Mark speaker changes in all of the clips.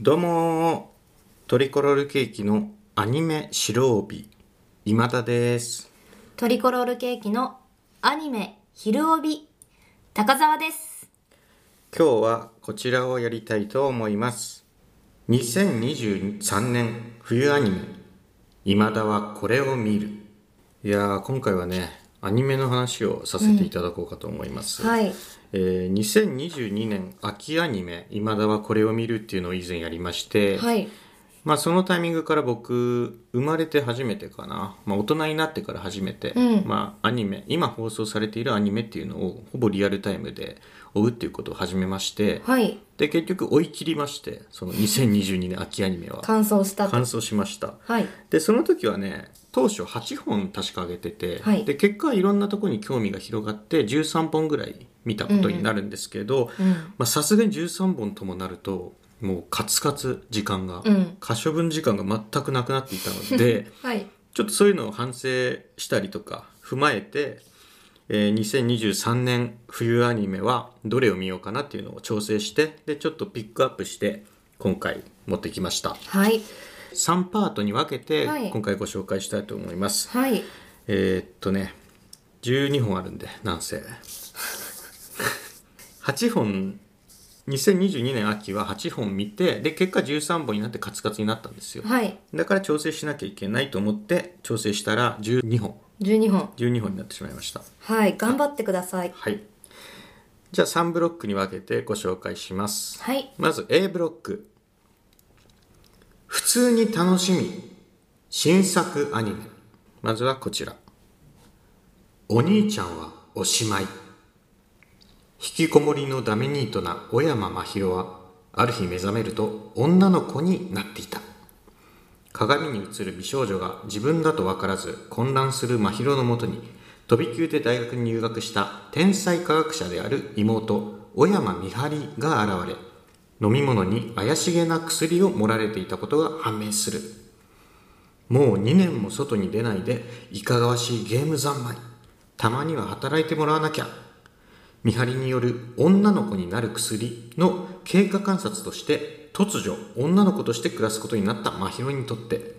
Speaker 1: どうもートリコロールケーキのアニメ白帯今田です
Speaker 2: トリコロールケーキのアニメ「昼帯」高澤です
Speaker 1: 今日はこちらをやりたいと思います2023年冬アニメ今田はこれを見るいやー今回はねアニメの話をさせていただこうかと思います、
Speaker 2: はい
Speaker 1: えー2022年秋アニメ今田はこれを見るっていうのを以前やりまして、
Speaker 2: はい
Speaker 1: まあそのタイミングから僕生まれて初めてかな、まあ、大人になってから初めて、
Speaker 2: うん
Speaker 1: まあアニメ今放送されているアニメっていうのをほぼリアルタイムで追うっていうことを始めまして
Speaker 2: はい
Speaker 1: で結局追い切りましてその2022年秋アニメは
Speaker 2: 感想したと
Speaker 1: 完走しました
Speaker 2: はい
Speaker 1: でその時はね当初8本確か上げてて、
Speaker 2: はい
Speaker 1: で結果いろんなとこに興味が広がって13本ぐらい見たことになるんですけど、
Speaker 2: うん
Speaker 1: まあさすがに13本ともなるともうカツカツ時間が、
Speaker 2: うん
Speaker 1: 可処分時間が全くなくなっていたの で
Speaker 2: はい
Speaker 1: ちょっとそういうのを反省したりとか踏まえて、えー2023年冬アニメはどれを見ようかなっていうのを調整してでちょっとピックアップして今回持ってきました
Speaker 2: はい
Speaker 1: 3パートに分けて
Speaker 2: はい
Speaker 1: 今回ご紹介したいと思います、
Speaker 2: はい
Speaker 1: えーっとね12本あるんでなんせ 8本2022年秋は8本見てで結果13本になってカツカツになったんですよ
Speaker 2: はい
Speaker 1: だから調整しなきゃいけないと思って調整したら12本
Speaker 2: 12本
Speaker 1: 12本になってしまいました
Speaker 2: はい頑張ってください
Speaker 1: はいじゃあ3ブロックに分けてご紹介します
Speaker 2: はい
Speaker 1: まず A ブロック普通に楽しみ新作アニメまずはこちらお兄ちゃんはおしまい引きこもりのダメニートな小山真宙はある日目覚めると女の子になっていた鏡に映る美少女が自分だと分からず混乱する真宙のもとに飛び級で大学に入学した天才科学者である妹小山美晴が現れ飲み物に怪しげな薬を盛られていたことが判明するもう2年も外に出ないでいかがわしいゲーム三昧たまには働いてもらわなきゃ見張りによる女の子になる薬の経過観察として突如女の子として暮らすことになった真宙にとって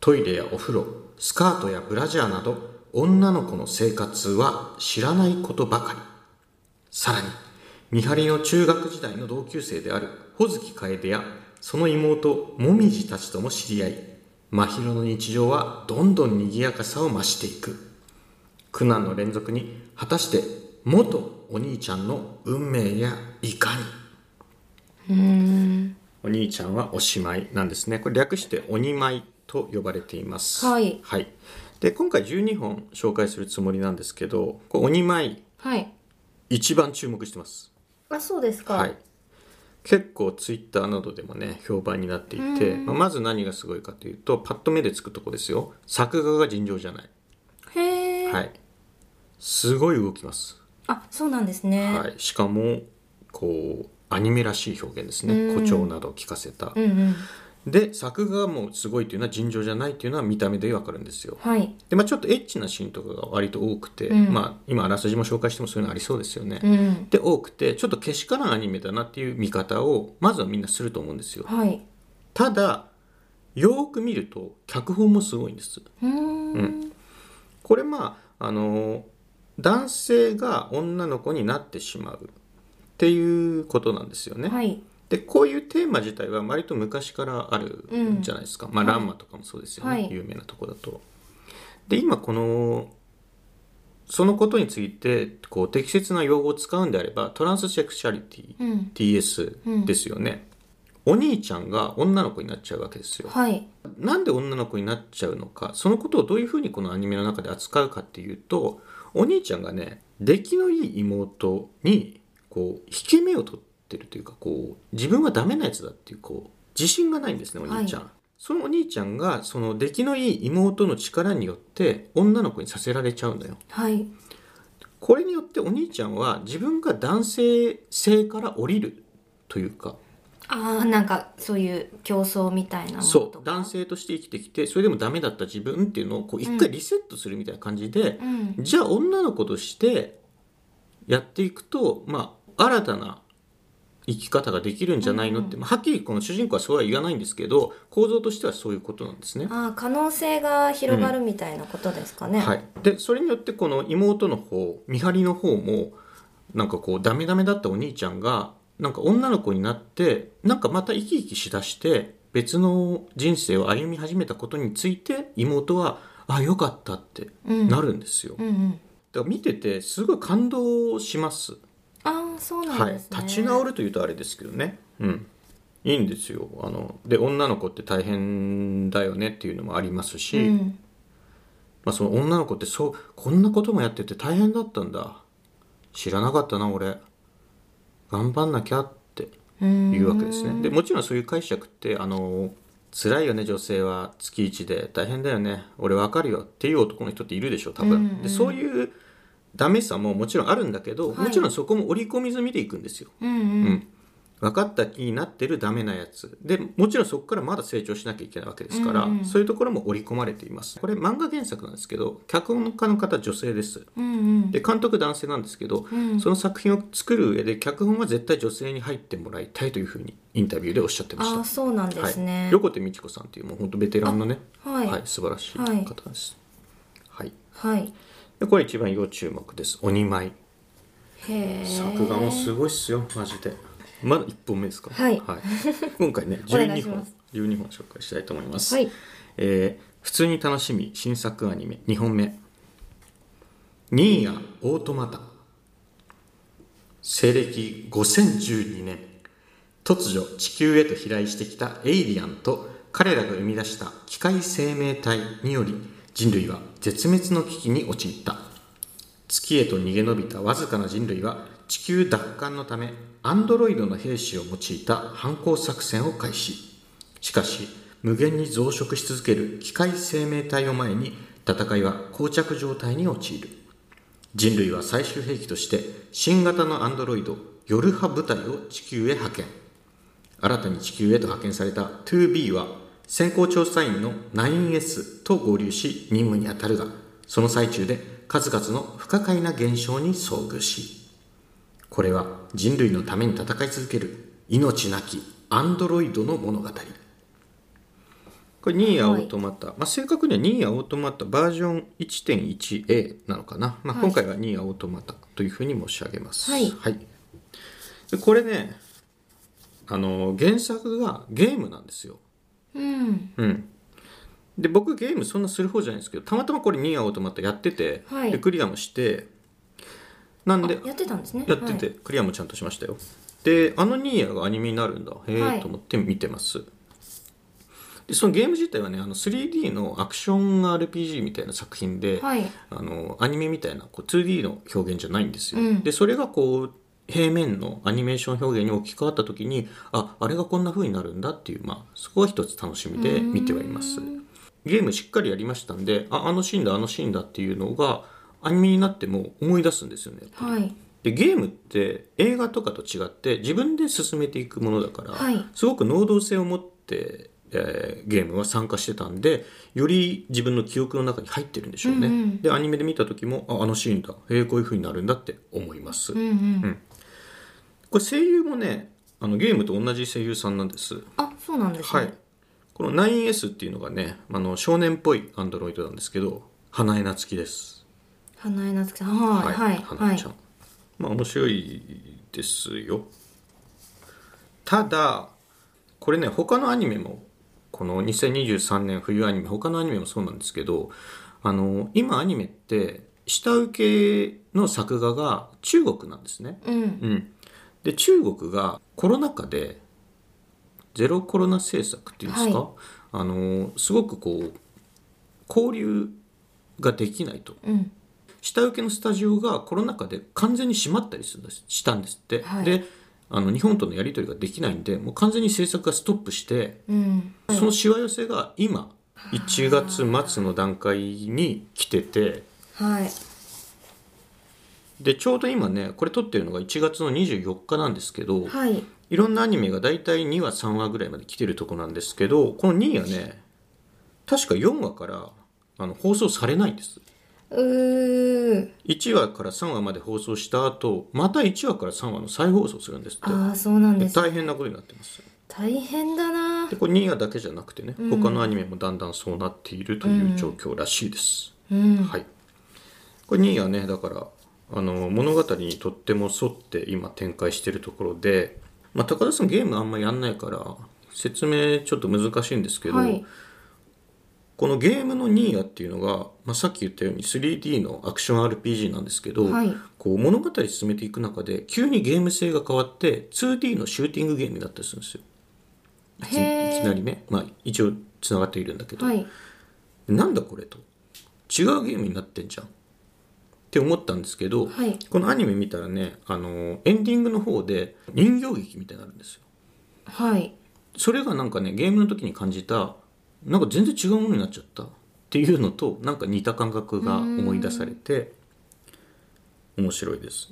Speaker 1: トイレやお風呂スカートやブラジャーなど女の子の生活は知らないことばかりさらに見張りの中学時代の同級生である穂月楓やその妹もみじたちとも知り合い真宙の日常はどんどん賑やかさを増していく苦難の連続に果たして元お兄ちゃんの運命やいかにお兄ちゃんはおしまいなんですねこれ略して「鬼舞」と呼ばれています
Speaker 2: はい
Speaker 1: で今回12本紹介するつもりなんですけどこれ鬼舞
Speaker 2: はい
Speaker 1: 一番注目してます
Speaker 2: あそうですか
Speaker 1: はい、結構ツイッターなどでもね評判になっていて、まあまず何がすごいかというとパッと目でつくとこですよ作画が尋常じゃない、
Speaker 2: へえ、
Speaker 1: はい、すごい動きます、
Speaker 2: あそうなんですね、
Speaker 1: はい、しかもこうアニメらしい表現ですね
Speaker 2: うん
Speaker 1: 誇張などを聞かせた
Speaker 2: うんうん
Speaker 1: で作画がもうすごいというのは尋常じゃないというのは見た目でわかるんですよ
Speaker 2: はい
Speaker 1: でまあ、ちょっとエッチなシーンとかが割と多くて、
Speaker 2: うん
Speaker 1: まあ、今あらすじも紹介してもそういうのありそうですよね、
Speaker 2: うん
Speaker 1: で多くてちょっとけしからんアニメだなっていう見方をまずはみんなすると思うんですよ
Speaker 2: はい
Speaker 1: ただよーく見ると脚本もすごいんです
Speaker 2: うーんん
Speaker 1: これまああのー男性が女の子になってしまうっていうことなんですよね、
Speaker 2: はい
Speaker 1: でこういうテーマ自体は割と昔からある
Speaker 2: うん
Speaker 1: じゃないですか、まあ
Speaker 2: はい
Speaker 1: ランマとかもそうですよね、
Speaker 2: はい
Speaker 1: 有名なとこだと。で今このそのことについてこう適切な用語を使うんであればトランスセクシャリティ、
Speaker 2: うん
Speaker 1: TS ですよね、お兄ちゃんが女の子になっちゃうわけですよ。
Speaker 2: はい
Speaker 1: なんで女の子になっちゃうのかそのことをどういうふうにこのアニメの中で扱うかっていうとお兄ちゃんがね出来のいい妹にこう引け目を取ってるというかこう自分はダメなやつだっていうこう自信がないんですねお兄ちゃん、そのお兄ちゃんがその出来のいい妹の力によって女の子にさせられちゃうんだよ
Speaker 2: はい
Speaker 1: これによってお兄ちゃんは自分が男性性から降りるというか
Speaker 2: ああなんかそういう競争みたいなの
Speaker 1: そ
Speaker 2: と
Speaker 1: う
Speaker 2: か
Speaker 1: 男性として生きてきてそれでもダメだった自分っていうのをこう一回リセットするみたいな感じで
Speaker 2: う、ん
Speaker 1: じゃあ女の子としてやっていくと、まあ、新たな生き方ができるんじゃないのって、まあ、はっきりこの主人公はそうは言わないんですけど構造としてはそういうことなんですね。
Speaker 2: ああ可能性が広がるみたいなことですかね、
Speaker 1: はい、でそれによってこの妹の方見張りの方もなんかこうダメダメだったお兄ちゃんがなんか女の子になってなんかまた生き生きしだして別の人生を歩み始めたことについて妹は「あよかった」って
Speaker 2: うん
Speaker 1: なるんですよ。
Speaker 2: うんうん
Speaker 1: だから見ててすごい感動します。
Speaker 2: ああそうなん
Speaker 1: はい、
Speaker 2: ですね、
Speaker 1: 立ち直るというとあれですけどね、うん、いいんですよあので女の子って大変だよねっていうのもありますし、
Speaker 2: うん
Speaker 1: まあ、その女の子ってそうこんなこともやってて大変だったんだ知らなかったな俺頑張んなきゃって
Speaker 2: うん
Speaker 1: いうわけですねでもちろんそういう解釈ってあの辛いよね女性は月1で大変だよね俺わかるよっていう男の人っているでしょ多分、
Speaker 2: うんうん
Speaker 1: でそういうダメさももちろんあるんだけど、
Speaker 2: はい
Speaker 1: もちろんそこも織り込み済みでいくんですよ
Speaker 2: うん
Speaker 1: う
Speaker 2: うん
Speaker 1: ん、分かった気になってるダメなやつでもちろんそこからまだ成長しなきゃいけないわけですから、
Speaker 2: うんうん
Speaker 1: そういうところも織り込まれていますこれ漫画原作なんですけど脚本家の方女性です
Speaker 2: うんうん
Speaker 1: で監督男性なんですけど、
Speaker 2: うん
Speaker 1: その作品を作る上で脚本は絶対女性に入ってもらいたいというふうにインタビューでおっしゃってまし
Speaker 2: ああ
Speaker 1: た
Speaker 2: そうなんです
Speaker 1: は
Speaker 2: ね
Speaker 1: い、横手美智子さんっていうもう本当ベテランのね、
Speaker 2: はいはい、
Speaker 1: 素晴らしい方です、はいでこれ一番要注目です「鬼舞
Speaker 2: へえ
Speaker 1: 作画もすごいっすよマジでまだ1本目ですか
Speaker 2: はい
Speaker 1: 今回 ね
Speaker 2: お願い
Speaker 1: 12
Speaker 2: しま
Speaker 1: 本
Speaker 2: す
Speaker 1: 12本紹介したいと思います、
Speaker 2: はい
Speaker 1: えー普通に楽しみ新作アニメ2本目「ニーヤオートマタ」西暦5012年突如地球へと飛来してきたエイリアンと彼らが生み出した機械生命体により人類は絶滅の危機に陥った月へと逃げ延びたわずかな人類は地球奪還のためアンドロイドの兵士を用いた反抗作戦を開始しかし無限に増殖し続ける機械生命体を前に戦いは膠着状態に陥る人類は最終兵器として新型のアンドロイドヨルハ部隊を地球へ派遣新たに地球へと派遣された 2B は先行調査員の 9S と合流し任務に当たるがその最中で数々の不可解な現象に遭遇しこれは人類のために戦い続ける命なきアンドロイドの物語これニーヤオートマタ、まあ、正確にはニーヤオートマタバージョン 1.1A なのかな、まあ、
Speaker 2: はい
Speaker 1: 今回はニーヤオートマタというふうに申し上げます、
Speaker 2: はい
Speaker 1: でこれねあの原作がゲームなんですよ、
Speaker 2: うん
Speaker 1: うん、で僕ゲームそんなする方じゃないんですけどたまたまこれニーアオートマタやってて、
Speaker 2: はい
Speaker 1: でクリアもしてなんで
Speaker 2: あやってたんですね
Speaker 1: やってて、クリアもちゃんとしましたよであのニーアがアニメになるんだへ
Speaker 2: は
Speaker 1: え
Speaker 2: い
Speaker 1: と思って見てます、でそのゲーム自体はねあの 3D のアクション RPG みたいな作品で、
Speaker 2: はい、はい
Speaker 1: あのアニメみたいなこう 2D の表現じゃないんですよ、
Speaker 2: うん
Speaker 1: でそれがこう平面のアニメーション表現に置き換わった時にああれがこんな風になるんだっていう、まあ、そこは一つ楽しみで見てはいますゲームしっかりやりましたんでああのシーンだあのシーンだっていうのがアニメになっても思い出すんですよねやっぱり
Speaker 2: はい
Speaker 1: でゲームって映画とかと違って自分で進めていくものだから、
Speaker 2: はい
Speaker 1: すごく能動性を持って、えーゲームは参加してたんでより自分の記憶の中に入ってるんでしょうね、
Speaker 2: うんうん
Speaker 1: でアニメで見た時もああのシーンだへえこういう風になるんだって思います、
Speaker 2: うんうん、
Speaker 1: これ声優もねあのゲームと同じ声優さんなんです
Speaker 2: あそうなんです
Speaker 1: は
Speaker 2: ね、
Speaker 1: いこの 9S っていうのがねあの少年っぽいアンドロイドなんですけど花江夏樹です
Speaker 2: 花江夏樹さんはいはい
Speaker 1: 花
Speaker 2: は
Speaker 1: 江
Speaker 2: い
Speaker 1: ちゃん、まあ面白いですよただこれね他のアニメもこの2023年冬アニメ他のアニメもそうなんですけどあの今アニメって下請けの作画が中国なんですね、
Speaker 2: うん
Speaker 1: うん、で中国がコロナ禍でゼロコロナ政策っていうんですか、
Speaker 2: はい
Speaker 1: あのすごくこう交流ができないと
Speaker 2: うん
Speaker 1: 下請けのスタジオがコロナ禍で完全に閉まったりするんですしたんですって、
Speaker 2: はい
Speaker 1: であの日本とのやり取りができないんでもう完全に制作がストップして、
Speaker 2: うん
Speaker 1: そのしわ寄せが今1月末の段階に来てて
Speaker 2: はい
Speaker 1: でちょうど今ねこれ撮ってるのが1月の24日なんですけど、
Speaker 2: はい
Speaker 1: いろんなアニメが大体2話3話ぐらいまで来てるとこなんですけどこの2話ね確か4話からあの放送されないんです
Speaker 2: うー。
Speaker 1: 1話から3話まで放送した後また1話から3話の再放送するんですっ
Speaker 2: ああ、そうなん
Speaker 1: て
Speaker 2: です。
Speaker 1: 大変なことになってます
Speaker 2: 大変だな
Speaker 1: で。これ2話だけじゃなくてね、他のアニメもだんだんそうなっているという状況らしいです、
Speaker 2: うん。
Speaker 1: はいこれ2位はねだからあの物語にとっても沿って今展開してるところで、まあ、高田さんゲームあんまやんないから説明ちょっと難しいんですけど、
Speaker 2: はい。
Speaker 1: このゲームのニーヤっていうのが、まあ、さっき言ったように 3D のアクション RPG なんですけど、
Speaker 2: はい
Speaker 1: こう物語進めていく中で急にゲーム性が変わって 2D のシューティングゲームになったりするんですよいき
Speaker 2: へー
Speaker 1: いきなりね、まあ、一応つながっているんだけど、
Speaker 2: はい。
Speaker 1: なんだこれと違うゲームになってんじゃんって思ったんですけど、
Speaker 2: はい
Speaker 1: このアニメ見たらねあのエンディングの方で人形劇みたいになるんですよ
Speaker 2: はい。
Speaker 1: それがなんかねゲームの時に感じたなんか全然違うものになっちゃったっていうのとなんか似た感覚が思い出されて面白いです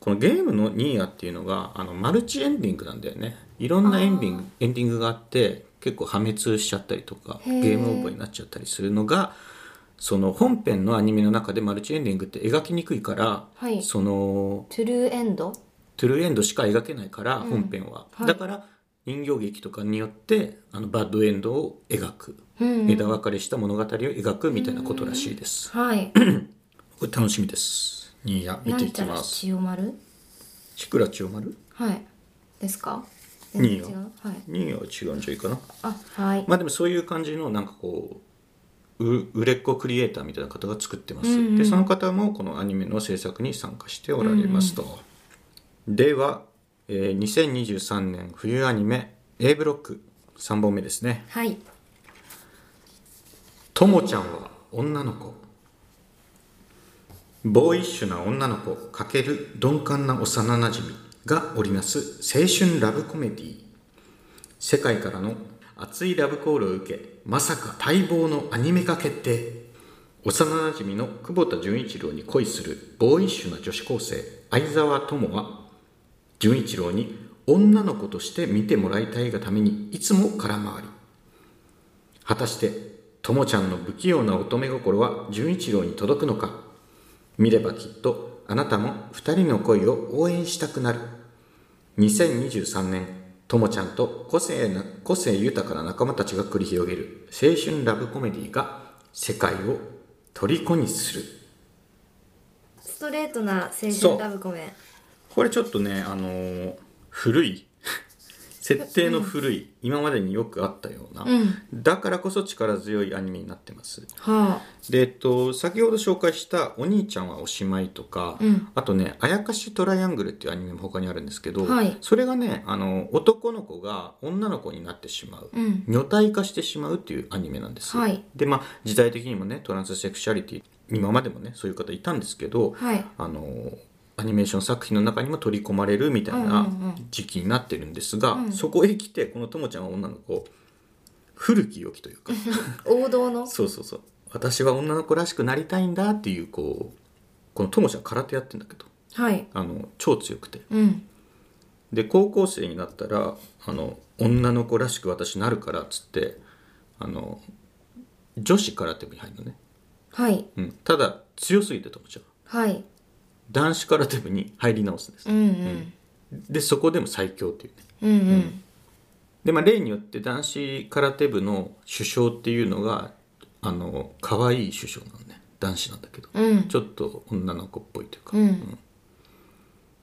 Speaker 1: このゲームのニーヤっていうのがあのマルチエンディングなんだよねいろんなエンディングエンディングがあって結構破滅しちゃったりとか
Speaker 2: へ
Speaker 1: ゲ
Speaker 2: ー
Speaker 1: ームオーバーになっちゃったりするのがその本編のアニメの中でマルチエンディングって描きにくいから、
Speaker 2: はい
Speaker 1: その
Speaker 2: トゥルーエンド
Speaker 1: トゥルーエンドしか描けないから、本編は、
Speaker 2: はい
Speaker 1: だから人形劇とかによってあのバッドエンドを描く、
Speaker 2: うん
Speaker 1: 枝分かれした物語を描くみたいなことらしいです、
Speaker 2: はい。
Speaker 1: これ楽しみですニーヤ見
Speaker 2: な
Speaker 1: てい
Speaker 2: ん
Speaker 1: き
Speaker 2: ちゃら
Speaker 1: ます
Speaker 2: 千代丸
Speaker 1: シクラ千代丸
Speaker 2: はい。ですか
Speaker 1: いいよ
Speaker 2: 全然違うはい。
Speaker 1: ニーヤは違うんじゃないかな
Speaker 2: あ、はい。
Speaker 1: まあでもそういう感じのなんかこうう売れっ子クリエイターみたいな方が作ってます、
Speaker 2: うんうん
Speaker 1: でその方もこのアニメの制作に参加しておられますと、では、えー2023年冬アニメ A ブロック3本目ですね
Speaker 2: はい。
Speaker 1: 「ともちゃんは女の子」ボーイッシュな女の子×鈍感な幼なじみが織りなす青春ラブコメディ世界からの熱いラブコールを受けまさか待望のアニメ化決定幼なじみの久保田純一郎に恋するボーイッシュな女子高生相沢友は純一郎に女の子として見てもらいたいがためにいつも空回り果たして友ちゃんの不器用な乙女心は純一郎に届くのか見ればきっとあなたも二人の恋を応援したくなる2023年ともちゃんと個性な個性豊かな仲間たちが繰り広げる青春ラブコメディが世界を虜にする
Speaker 2: ストレートな青
Speaker 1: そう
Speaker 2: 春ラブコメ。
Speaker 1: これちょっとねあのー古い 設定の古い今までによくあったような、
Speaker 2: うん
Speaker 1: だからこそ力強いアニメになってます
Speaker 2: は
Speaker 1: で、えっと、先ほど紹介した「お兄ちゃんはおしまい」とか、
Speaker 2: うん
Speaker 1: あとね「あやかしトライアングル」っていうアニメも他にあるんですけど、
Speaker 2: はい
Speaker 1: それがねあの男の子が女の子になってしまう、
Speaker 2: うん
Speaker 1: 女体化してしまうっていうアニメなんですよ、
Speaker 2: はい
Speaker 1: でまあ時代的にもねトランスセクシャリティ今までもねそういう方いたんですけど、
Speaker 2: はい
Speaker 1: あのアニメーション作品の中にも取り込まれるみたい
Speaker 2: うん
Speaker 1: な
Speaker 2: うんうん
Speaker 1: 時期になってるんですが、
Speaker 2: うん
Speaker 1: そこへ来てこのともちゃんは女の子古き良きというか
Speaker 2: あ。王道の。
Speaker 1: そうそうそう私は女の子らしくなりたいんだっていうこうこの友ちゃん空手やってんだけど
Speaker 2: はい。
Speaker 1: あの超強くて
Speaker 2: うん。
Speaker 1: で高校生になったらあの女の子らしく私なるからっつってあの女子空手部に入るのね、
Speaker 2: はい。
Speaker 1: うん、ただ強すぎて友ちゃんは
Speaker 2: はい。
Speaker 1: 男子空手部に入り直すんです
Speaker 2: うんうん。
Speaker 1: でそこでも最強っていうね
Speaker 2: うんうん。
Speaker 1: でまあ例によって男子空手部の首相っていうのがあの可愛い首相なのね男子なんだけど
Speaker 2: うん。
Speaker 1: ちょっと女の子っぽいというか、
Speaker 2: うん。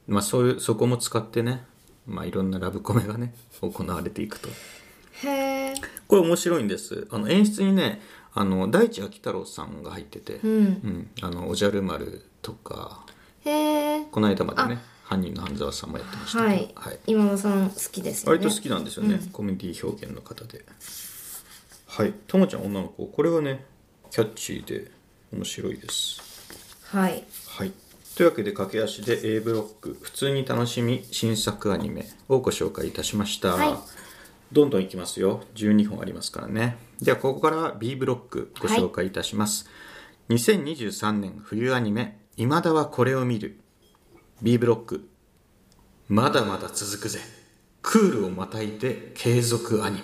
Speaker 1: まあ、そういうそこも使ってね、まあ、いろんなラブコメがね行われていくと
Speaker 2: へえ。
Speaker 1: これ面白いんですあの演出にねあの大地秋太郎さんが入ってて、う
Speaker 2: うんん。
Speaker 1: あのおじゃる丸とか
Speaker 2: へえ。
Speaker 1: この間までね犯人の半沢さんもやってました
Speaker 2: は
Speaker 1: けど
Speaker 2: い、。今野さん好きですよね。
Speaker 1: 割と好きなんですよね、コメディ表現の方ではいともちゃん女の子これはねキャッチーで面白いです
Speaker 2: はい。
Speaker 1: はい。というわけで駆け足で A ブロック普通に楽しみ新作アニメをご紹介いたしました、
Speaker 2: はい
Speaker 1: どんどんいきますよ12本ありますからねではここからは B ブロックご紹介いたします、2023年冬アニメ「今だはこれを見る」B ブロックまだまだ続くぜクールをまたいで継続アニメ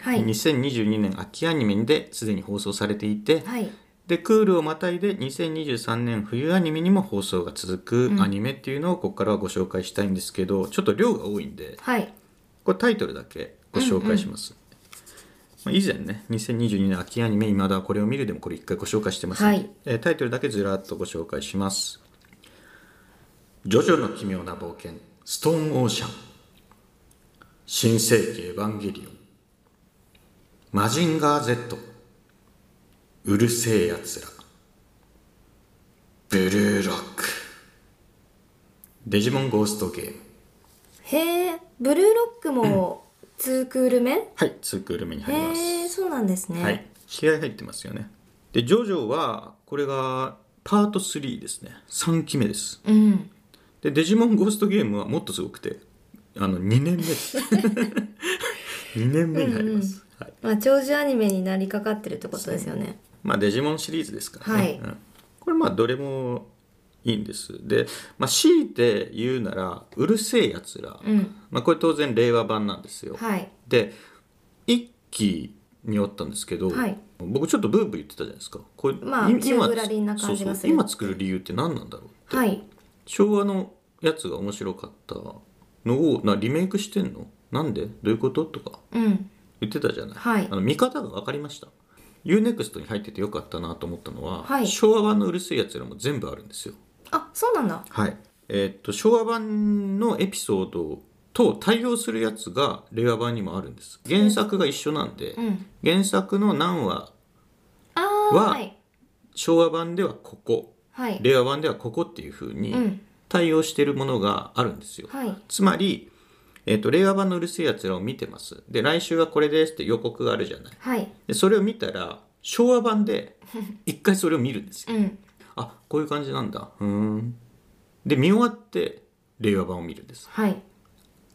Speaker 2: はい。
Speaker 1: 2022年秋アニメですでに放送されていて、
Speaker 2: はい。
Speaker 1: で、クールをまたいで2023年冬アニメにも放送が続くアニメっていうのをここからはご紹介したいんですけど、ちょっと量が多いんで、
Speaker 2: はい。
Speaker 1: これタイトルだけご紹介します。まあ以前ね、2022年秋アニメ、今だこれを見るでもこれ一回ご紹介してますので、
Speaker 2: はい
Speaker 1: えータイトルだけずらっとご紹介します。ジョジョの奇妙な冒険、ストーンオーシャン、新世紀エヴァンゲリオン、マジンガー Z、うるせえやつら、ブルーロック、デジモンゴーストゲーム、
Speaker 2: へえ、ブルーロックもツークール目、
Speaker 1: はい、2クール目に入ります。
Speaker 2: へえ、そうなんですね。
Speaker 1: はい、気合入ってますよねでジョジョはこれがパート3ですね3期目です
Speaker 2: うん。
Speaker 1: でデジモンゴーストゲームはもっとすごくてあの2年目です 2年目に入ります、はい、
Speaker 2: まあ、長寿アニメになりかかってるってことですよね。
Speaker 1: まあデジモンシリーズですからね、
Speaker 2: はい
Speaker 1: うんこれまあどれもいいんですで、まあ、強いて言うなら「うるせえやつら」
Speaker 2: うん
Speaker 1: まあ、これ当然令和版なんですよ、
Speaker 2: はい。
Speaker 1: で一期にあったんですけど、
Speaker 2: はい
Speaker 1: 僕ちょっとブーブー言ってたじゃないですかこれ、
Speaker 2: まあ
Speaker 1: い
Speaker 2: 宙ぶらりんな感じがす
Speaker 1: そうそ
Speaker 2: る
Speaker 1: う今作る理由って何なんだろう
Speaker 2: はい。
Speaker 1: 昭和のやつが面白かったのをなリメイクしてんのなんでどういうこととか
Speaker 2: うん。
Speaker 1: 言ってたじゃない、
Speaker 2: はい
Speaker 1: あの見方が分かりました UNEXT に入っててよかったなと思ったのは、
Speaker 2: はい
Speaker 1: 昭和版のうるせえやつらも全部あるんですよ
Speaker 2: あ、そうなんだ。
Speaker 1: はいえーっと昭和版のエピソードと対応するやつが令和版にもあるんです原作が一緒なんで、
Speaker 2: うん。
Speaker 1: 原作の何話
Speaker 2: ああ、
Speaker 1: は
Speaker 2: はい。
Speaker 1: 昭和版ではここ
Speaker 2: はい。
Speaker 1: 令和版ではここっていう風
Speaker 2: う
Speaker 1: に
Speaker 2: ん
Speaker 1: 対応してるものがあるんですよ、
Speaker 2: はい。
Speaker 1: つまり、えー、と令和版のうるせえやつらを見てますで来週はこれですって予告があるじゃない
Speaker 2: はい。
Speaker 1: でそれを見たら昭和版 で一回それを見るんですよ
Speaker 2: うん。
Speaker 1: あこういう感じなんだうーんで見終わって令和版を見るんです
Speaker 2: はい。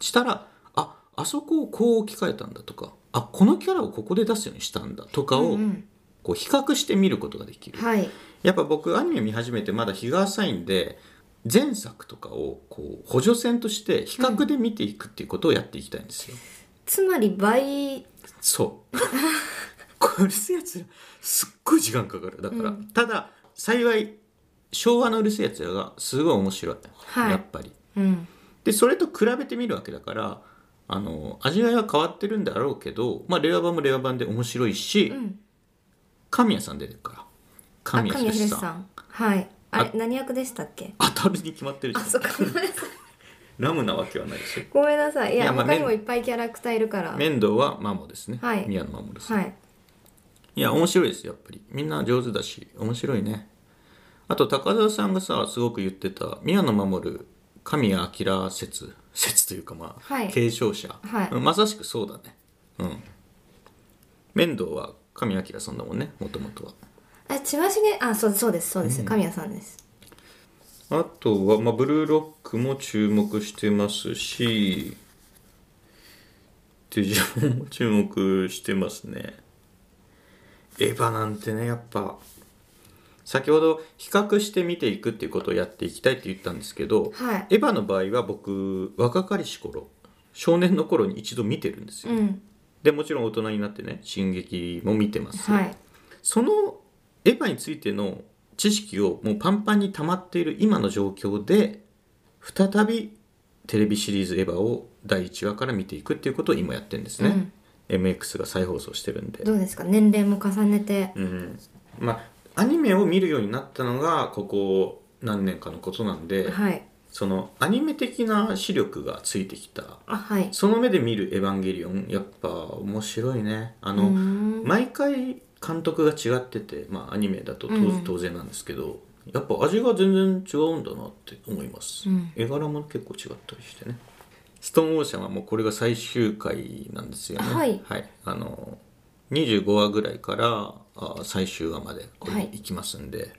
Speaker 1: したらああそこをこう置き換えたんだとかあこのキャラをここで出すようにしたんだとかを、
Speaker 2: うんうん
Speaker 1: こう比較して見ることができる
Speaker 2: はい。
Speaker 1: やっぱ僕アニメ見始めてまだ日が浅いんで前作とかをこう補助線として比較で見ていくっていうことをやっていきたいんですよ、
Speaker 2: つまり倍、
Speaker 1: そう これすやつらすっごい時間かかるだから、
Speaker 2: うん
Speaker 1: ただ幸い昭和のうるせえやつらがすごい面白い、
Speaker 2: はい
Speaker 1: やっぱり
Speaker 2: うん。
Speaker 1: でそれと比べてみるわけだからあの味わいは変わってるんだろうけど、まあ、令和版も令和版で面白いし、
Speaker 2: うん。
Speaker 1: 神谷さん出てるから
Speaker 2: あ
Speaker 1: 神谷
Speaker 2: 神谷
Speaker 1: 博
Speaker 2: 博
Speaker 1: さん
Speaker 2: さん。はい。あれ
Speaker 1: あ、
Speaker 2: 何役でしたっけ
Speaker 1: 当たるに決まってるじ
Speaker 2: あ、
Speaker 1: ゃん
Speaker 2: そっか。 ごめんなさい
Speaker 1: ラムなわけはないでしょ
Speaker 2: ごめんなさい。い
Speaker 1: い
Speaker 2: や、
Speaker 1: やまあ
Speaker 2: 他にも
Speaker 1: め
Speaker 2: いっぱいキャラクターいるから。はい。
Speaker 1: 面倒はマモですね、
Speaker 2: はい
Speaker 1: 宮野マモです、
Speaker 2: はい
Speaker 1: や面白いですよやっぱりみんな上手だし面白いねあと高澤さんがさすごく言ってた宮野真守る神谷明説説というかまあ、
Speaker 2: はい
Speaker 1: 継承者、
Speaker 2: はい
Speaker 1: うんまさしくそうだねうん面倒は神谷明さんだもんねもともとは
Speaker 2: あ、千葉茂、あ、そうそうです、そうです。神谷さんです。
Speaker 1: あとは、まあ、ブルーロックも注目してますし、デジモンも注目してますね。エヴァなんてね、やっぱ、先ほど比較して見ていくっていうことをやっていきたいって言ったんですけど、
Speaker 2: はい
Speaker 1: エヴァの場合は僕、若かりし頃、少年の頃に一度見てるんです
Speaker 2: う
Speaker 1: よ。
Speaker 2: ん。
Speaker 1: で、もちろん大人になってね、進撃も見てます。
Speaker 2: はい。
Speaker 1: そのエヴァについての知識をもうパンパンに溜まっている今の状況で再びテレビシリーズエヴァを第1話から見ていくっていうことを今やってるんですね、MX が再放送してるんで、
Speaker 2: どうですか年齢も重ねて。
Speaker 1: うん、まあアニメを見るようになったのがここ何年かのことなんで、
Speaker 2: はい。
Speaker 1: そのアニメ的な視力がついてきた
Speaker 2: あ、はい。
Speaker 1: その目で見る「エヴァンゲリオン」やっぱ面白いねあの、
Speaker 2: うーん
Speaker 1: 毎回監督が違ってて、まあ、アニメだと当
Speaker 2: うん
Speaker 1: 当然なんですけど、やっぱ味が全然違うんだなって思います、
Speaker 2: うん
Speaker 1: 絵柄も結構違ったりしてねストーンオーシャンはもうこれが最終回なんですよね
Speaker 2: はい
Speaker 1: あの25話ぐらいからあ最終話までこ
Speaker 2: は
Speaker 1: れ
Speaker 2: い
Speaker 1: いきますんで、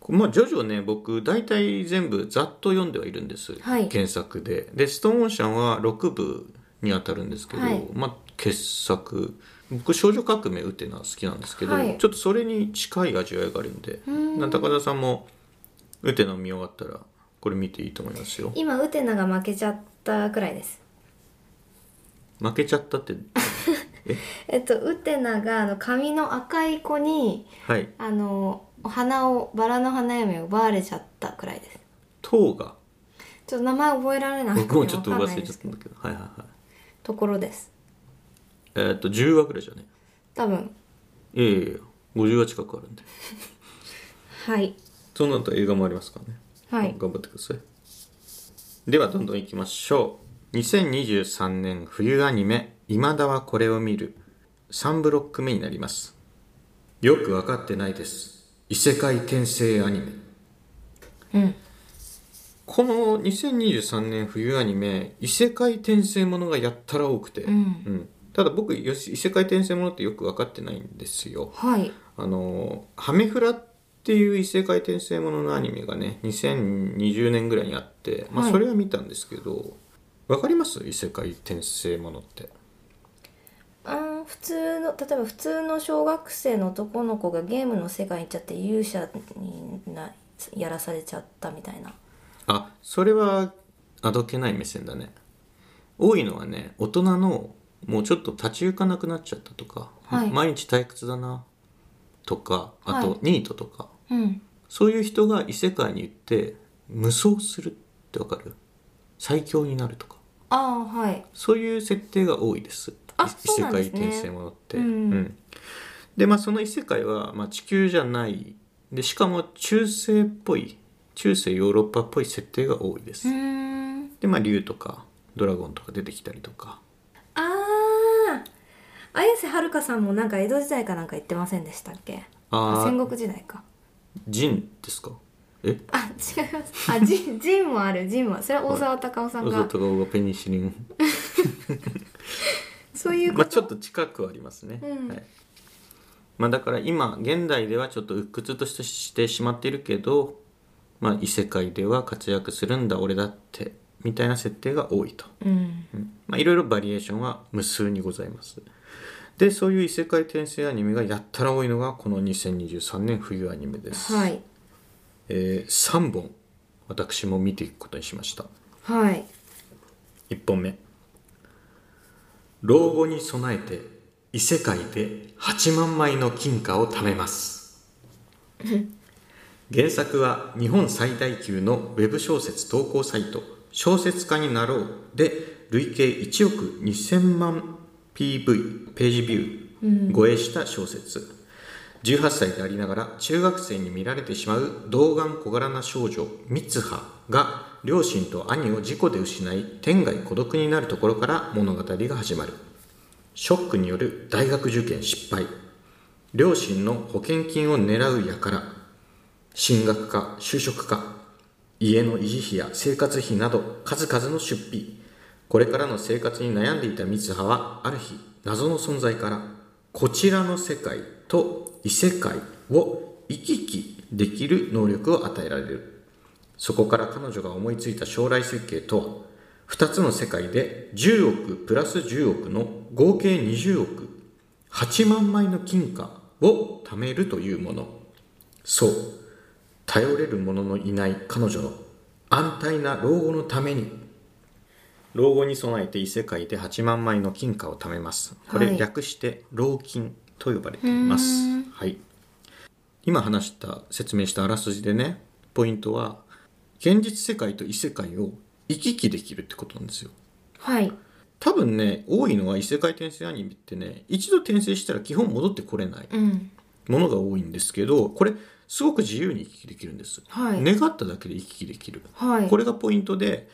Speaker 1: こまあ徐々ね僕大体全部ざっと読んではいるんです、
Speaker 2: はい
Speaker 1: 原作でで「ストーンオーシャン」は6部にあたるんですけど、
Speaker 2: はい
Speaker 1: まあ傑作僕「少女革命ウテナ」好きなんですけど、
Speaker 2: はい
Speaker 1: ちょっとそれに近い味わいがあるんでなん高田さんもウテナ見終わったらこれ見ていいと思いますよ
Speaker 2: 今、ウテナが負けちゃったくらいです。
Speaker 1: 負けちゃったって
Speaker 2: えっとウテナがあの髪の赤い子に
Speaker 1: はい
Speaker 2: あのお花をバラの花嫁を奪われちゃったくらいです
Speaker 1: 塔が
Speaker 2: ちょっと名前覚えられない
Speaker 1: 僕もちょっと
Speaker 2: わかん
Speaker 1: 忘
Speaker 2: ない
Speaker 1: れ
Speaker 2: で
Speaker 1: ちゃっ
Speaker 2: す
Speaker 1: た
Speaker 2: け
Speaker 1: ん
Speaker 2: ど
Speaker 1: だけどはいはいはい
Speaker 2: ところです
Speaker 1: えーっと10話ぐらいじゃね
Speaker 2: 多分
Speaker 1: いやいやいや50話近くあるんで
Speaker 2: はい
Speaker 1: そうなると映画もありますからね
Speaker 2: はい
Speaker 1: 頑張ってくださいではどんどんいきましょう2023年冬アニメ「今だはこれを見る」3ブロック目になりますよく分かってないです異世界転生アニメ
Speaker 2: うん
Speaker 1: この2023年冬アニメ異世界転生ものがやったら多くて、
Speaker 2: うん
Speaker 1: ただ僕よし異世界転生ものってよく分かってないんですよ
Speaker 2: はい
Speaker 1: あのハメフラっていう異世界転生もののアニメがね2020年ぐらいにあって、まあ、
Speaker 2: はい
Speaker 1: それは見たんですけど、わかります異世界転生ものって
Speaker 2: あー普通の例えば普通の小学生の男の子がゲームの世界に行っちゃって勇者になやらされちゃったみたいな
Speaker 1: あそれはあどけない目線だね多いのはね大人のもうちょっと立ち行かなくなっちゃったとか、
Speaker 2: はい
Speaker 1: 毎日退屈だなとかあ
Speaker 2: は
Speaker 1: と
Speaker 2: い
Speaker 1: ニートとか、
Speaker 2: うん
Speaker 1: そういう人が異世界に行って無双するってわかる最強になるとか
Speaker 2: ああはい
Speaker 1: そういう設定が多いです。
Speaker 2: あ
Speaker 1: い
Speaker 2: そうなんですね
Speaker 1: 異世界転生ものって。
Speaker 2: うん
Speaker 1: うんでまあその異世界は、まあ、地球じゃないでしかも中世っぽい中世ヨーロッパっぽい設定が多いで
Speaker 2: う
Speaker 1: す。
Speaker 2: ーん
Speaker 1: でまあ竜とかドラゴンとか出てきたりとか
Speaker 2: ああ綾瀬はるかさんもなんか江戸時代かなんか言ってませんでしたっけ
Speaker 1: あー
Speaker 2: 戦国時代か
Speaker 1: 陣ですかえ
Speaker 2: あ違いますあジ ンジンもあるジンもそれは大沢たかおさん
Speaker 1: わざ
Speaker 2: が
Speaker 1: とがペニシリン
Speaker 2: そういう
Speaker 1: ま
Speaker 2: こ
Speaker 1: あちょ
Speaker 2: と、
Speaker 1: っと近くはありますね、
Speaker 2: うん
Speaker 1: はいまあ、だから今現代ではちょっと鬱屈としてしてしまっているけど、まあ、異世界では活躍するんだ俺だってみたいな設定が多いと、
Speaker 2: うん
Speaker 1: うんまあ、いろいろバリエーションは無数にございますでそういう異世界転生アニメがやったら多いのがこの2023年冬アニメです、
Speaker 2: はい
Speaker 1: え3本私も見ていくことにしました
Speaker 2: はい
Speaker 1: 1本目老後に備えて異世界で8万枚の金貨を貯めます原作は日本最大級のウェブ小説投稿サイト「小説家になろう」で累計1億2000万 PV ページビュー超えした小説、18歳でありながら中学生に見られてしまう童顔小柄な少女ミツハが両親と兄を事故で失い天涯孤独になるところから物語が始まるショックによる大学受験失敗両親の保険金を狙うやから進学か就職か家の維持費や生活費など数々の出費これからの生活に悩んでいた三葉はある日謎の存在からこちらの世界と異世界を行き来できる能力を与えられるそこから彼女が思いついた将来設計とは2つの世界で10億プラス10億の合計20億8万枚の金貨を貯めるというものそう頼れる者のいない彼女の安泰な老後のために老後に備えて異世界で8万枚の金貨を貯めますこ
Speaker 2: は
Speaker 1: れ
Speaker 2: い
Speaker 1: 略して老金と呼ばれていますはい今話した説明したあらすじでねポイントは現実世界と異世界を行き来できるってことなんですよ
Speaker 2: はい
Speaker 1: 多分ね多いのは異世界転生アニメってね一度転生したら基本戻ってこれない
Speaker 2: うん
Speaker 1: ものが多いんですけどこれすごく自由に行き来できるんです、
Speaker 2: はい
Speaker 1: 願っただけで行き来できる、
Speaker 2: はい
Speaker 1: これがポイントで、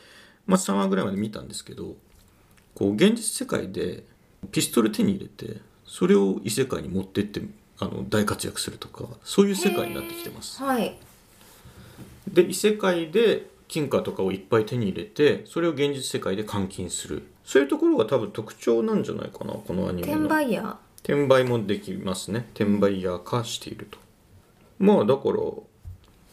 Speaker 1: まあ、3話ぐらいまで見たんですけどこう現実世界でピストル手に入れてそれを異世界に持ってってあの大活躍するとかそういう世界になってきてます
Speaker 2: へーはい
Speaker 1: で異世界で金貨とかをいっぱい手に入れてそれを現実世界で換金するそういうところが多分特徴なんじゃないかなこのアニメの
Speaker 2: 転売屋
Speaker 1: 転売もできますね転売ヤー化しているとまあだから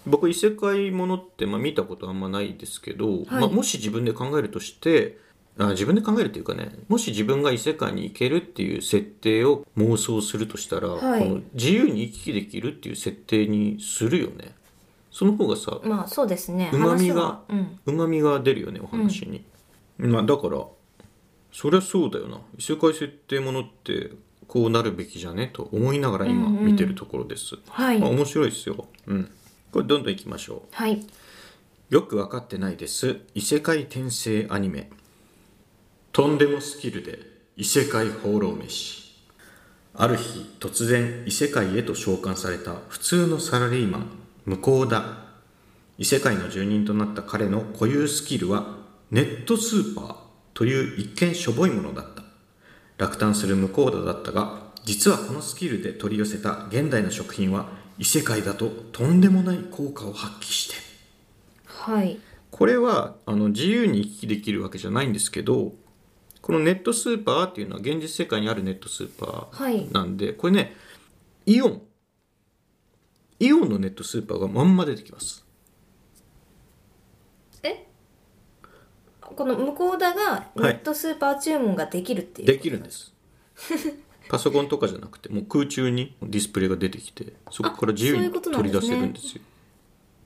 Speaker 1: 僕異世界ものって、まあ、見たことあんまないですけど、まあ、もし自分で考えるとしてあ自分で考えるというかねもし自分が異世界に行けるっていう設定を妄想するとしたら、
Speaker 2: はい
Speaker 1: この自由に行き来できるっていう設定にするよねその方がさ
Speaker 2: まあそうですね
Speaker 1: うまみ
Speaker 2: 話は
Speaker 1: が
Speaker 2: うん
Speaker 1: うまみが出るよねお話に、まあだからそりゃそうだよな異世界設定ものってこうなるべきじゃねと思いながら今
Speaker 2: うんうん
Speaker 1: 見てるところです、
Speaker 2: はい
Speaker 1: まあ面白いですよ、うん、これどんどんいきましょ
Speaker 2: はい。
Speaker 1: うよく分かってないです異世界転生アニメとんでもスキルで異世界放浪飯ある日突然異世界へと召喚された普通のサラリーマン向田異世界の住人となった彼の固有スキルはネットスーパーという一見しょぼいものだった落胆する向田だったが実はこのスキルで取り寄せた現代の食品は異世界だととんでもない効果を発揮して
Speaker 2: はい。
Speaker 1: これはあの自由に行き来できるわけじゃないんですけどこのネットスーパーっていうのは現実世界にあるネットスーパ
Speaker 2: はい
Speaker 1: ーなんで、これねイオンイオンのネットスーパーがまんま出てきます
Speaker 2: えこの向田がネットスーパー注文ができるっていう。
Speaker 1: できるんですパソコンとかじゃなくてもう空中にディスプレイが出てきてそこから自由
Speaker 2: あそうい
Speaker 1: に
Speaker 2: うことなん
Speaker 1: 取
Speaker 2: で
Speaker 1: り
Speaker 2: すね
Speaker 1: 出せるんですよ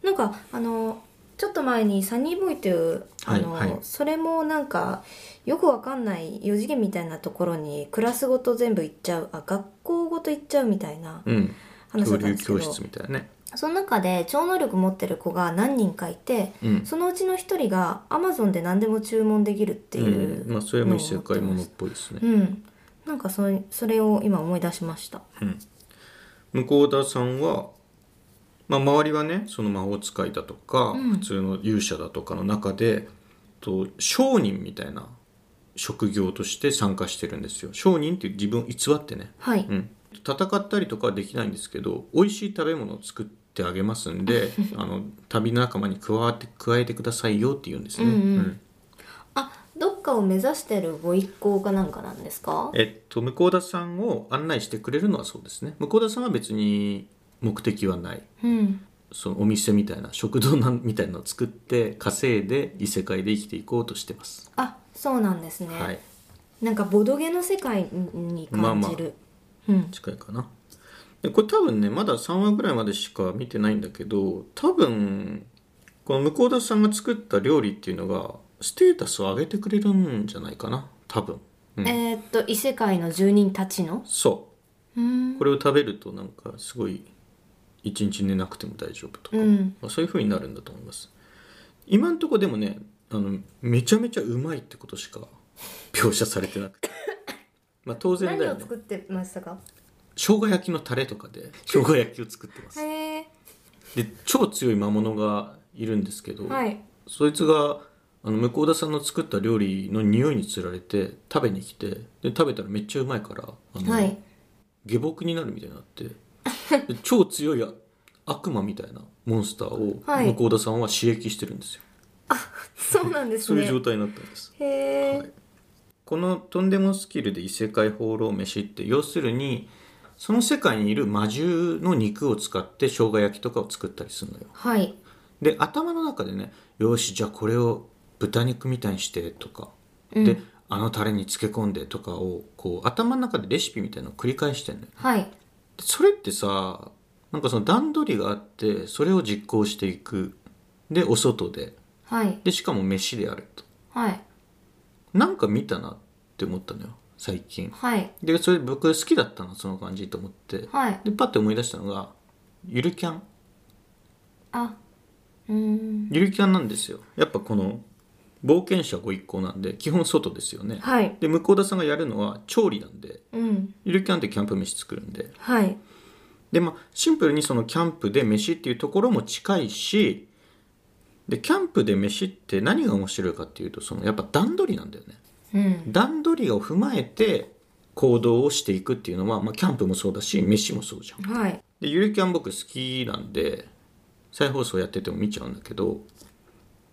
Speaker 2: なんかあのちょっと前にサニーボーイというあの、
Speaker 1: はいはい
Speaker 2: それもなんかよくわかんない4次元みたいなところにクラスごと全部行っちゃうあ学校ごと行っちゃうみたいな
Speaker 1: うん
Speaker 2: 話
Speaker 1: 恐
Speaker 2: だったん
Speaker 1: 竜
Speaker 2: ですけど
Speaker 1: 教室みたいなね
Speaker 2: その中で超能力持ってる子が何人かいて、
Speaker 1: うん
Speaker 2: そのうちの一人がアマゾンで何でも注文できるっていう、
Speaker 1: うんまあ、それも異世界ものっぽいですね
Speaker 2: うんなんかそそれを今思い出しました
Speaker 1: 向田さんは、まあ、周りはねその魔法使いだとか、普通の勇者だとかの中でと商人みたいな職業として参加してるんですよ商人っていう自分を偽ってね、
Speaker 2: はい、
Speaker 1: うん、戦ったりとかはできないんですけど美味しい食べ物を作ってあげますんであの旅仲間に加わって加えてくださいよって言うんですね、
Speaker 2: うんうん
Speaker 1: うん
Speaker 2: あどっかを目指してるご一行かなんかなんですか
Speaker 1: えっと、向田さんを案内してくれるのはそうですね向田さんは別に目的はない
Speaker 2: うん
Speaker 1: そのお店みたいな食堂なんみたいなのを作って稼いで異世界で生きていこうとしてます、
Speaker 2: あそうなんですね、
Speaker 1: はい
Speaker 2: なんかボドゲの世界に感じる、うん
Speaker 1: 近いかなでこれ多分ねまだ3話ぐらいまでしか見てないんだけど多分この向田さんが作った料理っていうのがステータスを上げてくれるんじゃないかな多分、うん
Speaker 2: えーっと異世界の住人たちの
Speaker 1: そううんこれを食べるとなんかすごい一日寝なくても大丈夫とか、
Speaker 2: うん
Speaker 1: まあ、そういう風になるんだと思います今んとこでもねあのめちゃめちゃうまいってことしか描写されてな くてまあ当然
Speaker 2: 何
Speaker 1: だよ
Speaker 2: を
Speaker 1: ね
Speaker 2: 作ってましたか
Speaker 1: 生姜焼きのタレとかで生姜焼きを作ってます
Speaker 2: へえ
Speaker 1: で超強い魔物がいるんですけど、
Speaker 2: はい
Speaker 1: そいつがあの向田さんの作った料理の匂いにつられて食べに来てで食べたらめっちゃうまいからあの、
Speaker 2: はい
Speaker 1: 下僕になるみたいになって で超強いあ悪魔みたいなモンスターを
Speaker 2: はい
Speaker 1: 向田さんは刺激してるんですよ、
Speaker 2: そうなんです
Speaker 1: そういう
Speaker 2: ね
Speaker 1: 状態になったんです、
Speaker 2: へえ、
Speaker 1: はいこの「とんでもスキルで異世界放浪飯」って要するにその世界にいる魔獣の肉を使って生姜焼きとかを作ったりするのよ
Speaker 2: はい
Speaker 1: で頭の中でね「よしじゃあこれを豚肉みたいにして」とか、であのタレに漬け込んでとかをこう頭の中でレシピみたいなのを繰り返してんのよ
Speaker 2: はい
Speaker 1: でそれってさなんかその段取りがあってそれを実行していくでお外で
Speaker 2: はい
Speaker 1: でしかも飯であると
Speaker 2: はい
Speaker 1: なんか見たなって思ったのよ最近
Speaker 2: はい
Speaker 1: でそれ僕好きだったのその感じと思って、
Speaker 2: はい
Speaker 1: でパッて思い出したのがゆるキャン
Speaker 2: あうーん
Speaker 1: ゆるキャンなんですよやっぱこの冒険者ご一行なんで基本外ですよね、
Speaker 2: はい
Speaker 1: で向田さんがやるのは調理なんで
Speaker 2: うん
Speaker 1: ゆるキャンってキャンプ飯作るんで
Speaker 2: はい
Speaker 1: でまあシンプルにそのキャンプで飯っていうところも近いしでキャンプで飯って何が面白いかっていうとそのやっぱ段取りなんだよね
Speaker 2: うん
Speaker 1: 段取りを踏まえて行動をしていくっていうのは、まあ、キャンプもそうだし飯もそうじゃん
Speaker 2: はい
Speaker 1: でゆるキャン僕好きなんで再放送やってても見ちゃうんだけど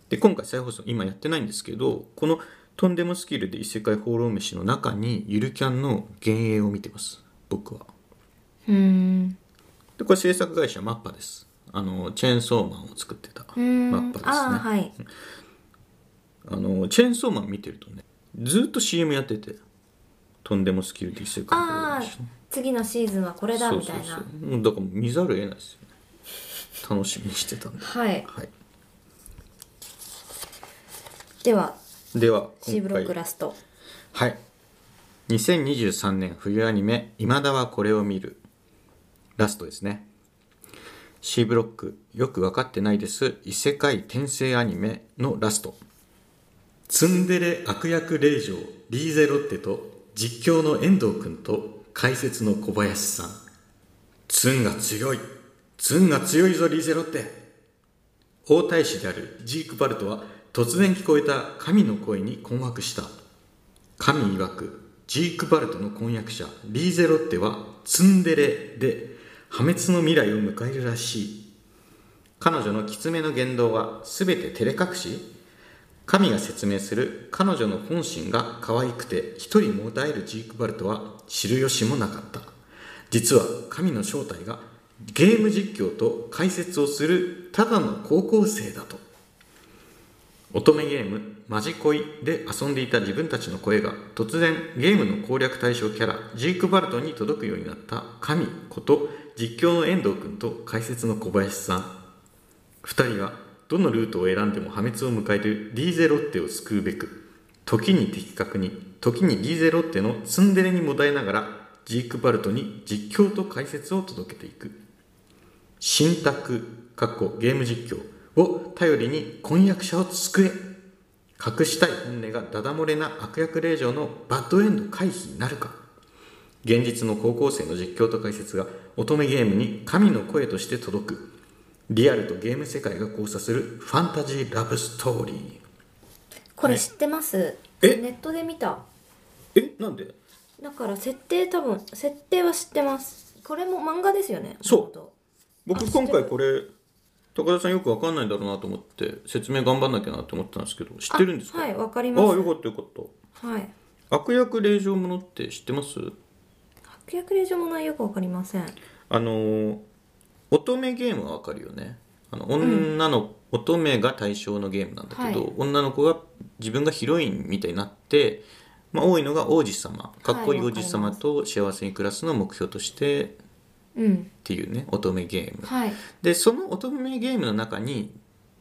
Speaker 1: で今回再放送今やってないんですけどこの「とんでもスキルで異世界放浪飯」の中にゆるキャンの幻影を見てます僕は
Speaker 2: うーん
Speaker 1: でこれ制作会社マッパですあのチェーンソーマンを作ってたマ
Speaker 2: うーん
Speaker 1: ッパですね
Speaker 2: あーはい
Speaker 1: あのチェーンソーマン見てるとねずっと CM やってて「とんでもスキルで異世界放浪
Speaker 2: ああ
Speaker 1: 飯」
Speaker 2: 次のシーズンはこれだみたいな
Speaker 1: そうそうそうもうだから見ざるを得ないですよね楽しみにしてたんで
Speaker 2: はい
Speaker 1: はい
Speaker 2: では
Speaker 1: では
Speaker 2: C ブロックラスト
Speaker 1: はい2023年冬アニメ「今だはこれを見る」ラストですね C ブロックよく分かってないです異世界転生アニメのラストツンデレ悪役令嬢リーゼロッテと実況の遠藤君と解説の小林さんツンが強いツンが強いぞリーゼロッテ王太子であるジークバルトは突然聞こえた神の声に困惑した神曰くジークバルトの婚約者リーゼロッテはツンデレで破滅の未来を迎えるらしい彼女のきつめの言動は全て照れ隠し神が説明する彼女の本心が可愛くて一人もだえるジークバルトは知る由もなかった実は神の正体がゲーム実況と解説をするただの高校生だと乙女ゲーム「マジ恋」で遊んでいた自分たちの声が突然ゲームの攻略対象キャラジークバルトに届くようになった神こと実況の遠藤君と解説の小林さん2人はどのルートを選んでも破滅を迎えるリーゼロッテを救うべく時に的確に時にリーゼロッテのツンデレにもだえながらジークバルトに実況と解説を届けていく新宅かっこゲーム実況を頼りに婚約者を救え隠したい本音がダダ漏れな悪役令嬢のバッドエンド回避になるか現実の高校生の実況と解説が乙女ゲームに神の声として届くリアルとゲーム世界が交差するファンタジーラブストーリー
Speaker 2: これ知ってます、
Speaker 1: え
Speaker 2: ネットで見た
Speaker 1: えなんで
Speaker 2: だから設定多分設定は知ってますこれも漫画ですよね
Speaker 1: そう
Speaker 2: 元
Speaker 1: 僕今回これ高田さんよくわかんないだろうなと思って説明頑張んなきゃなって思ってたんですけど知ってるんですか
Speaker 2: あはいわかり
Speaker 1: あ
Speaker 2: ます
Speaker 1: あよかったよかっ
Speaker 2: 々はい
Speaker 1: た悪役令嬢ものって知ってます
Speaker 2: 悪役令嬢ものはよくわかりません
Speaker 1: あのー乙女ゲームはわかるよねあの女の、乙女が対象のゲームなんだけど、
Speaker 2: はい
Speaker 1: 女の子が自分がヒロインみたいになって、まあ、多いのが王子様かっこいい
Speaker 2: は
Speaker 1: 王
Speaker 2: いわか
Speaker 1: 子
Speaker 2: ります
Speaker 1: 様と幸せに暮らすのを目標としてっ
Speaker 2: うん
Speaker 1: ていうね乙女ゲーム
Speaker 2: はい
Speaker 1: でその乙女ゲームの中に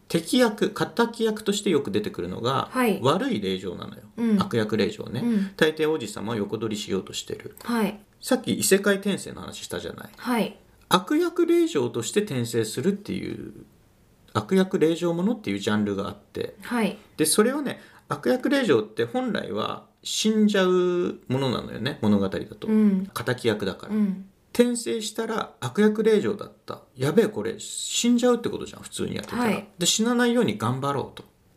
Speaker 1: 敵役敵役としてよく出てくるのが、
Speaker 2: はい
Speaker 1: 悪い令嬢なのよ、
Speaker 2: うん
Speaker 1: 悪役令嬢ね、
Speaker 2: うん
Speaker 1: 大抵王子様を横取りしようとしてる
Speaker 2: はい
Speaker 1: さっき異世界転生の話したじゃない
Speaker 2: はい
Speaker 1: 悪役令嬢として転生するっていう悪役令嬢ものっていうジャンルがあって
Speaker 2: はい
Speaker 1: でそれをね悪役令嬢って本来は死んじゃうものなのよね物語だと、
Speaker 2: うん
Speaker 1: 敵役だから、
Speaker 2: うん
Speaker 1: 転生したら悪役令嬢だったやべえこれ死んじゃうってことじゃん普通にやってたら、
Speaker 2: はい
Speaker 1: で死なないように頑張ろ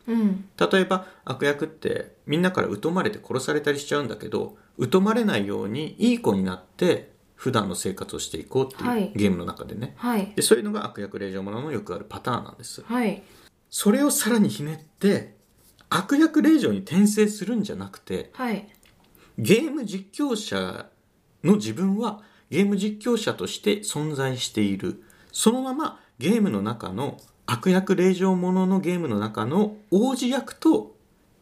Speaker 1: う
Speaker 2: うん
Speaker 1: と例えば悪役ってみんなから疎まれて殺されたりしちゃうんだけど疎まれないようにいい子になって普段の生活をしていこうって
Speaker 2: はいいう
Speaker 1: ゲームの中でね、
Speaker 2: はい
Speaker 1: でそういうのが悪役令嬢もののよくあるパターンなんです
Speaker 2: はい
Speaker 1: それをさらにひねって悪役令嬢に転生するんじゃなくて
Speaker 2: はい
Speaker 1: ゲーム実況者の自分はゲーム実況者として存在しているそのままゲームの中の悪役令嬢もののゲームの中の王子役と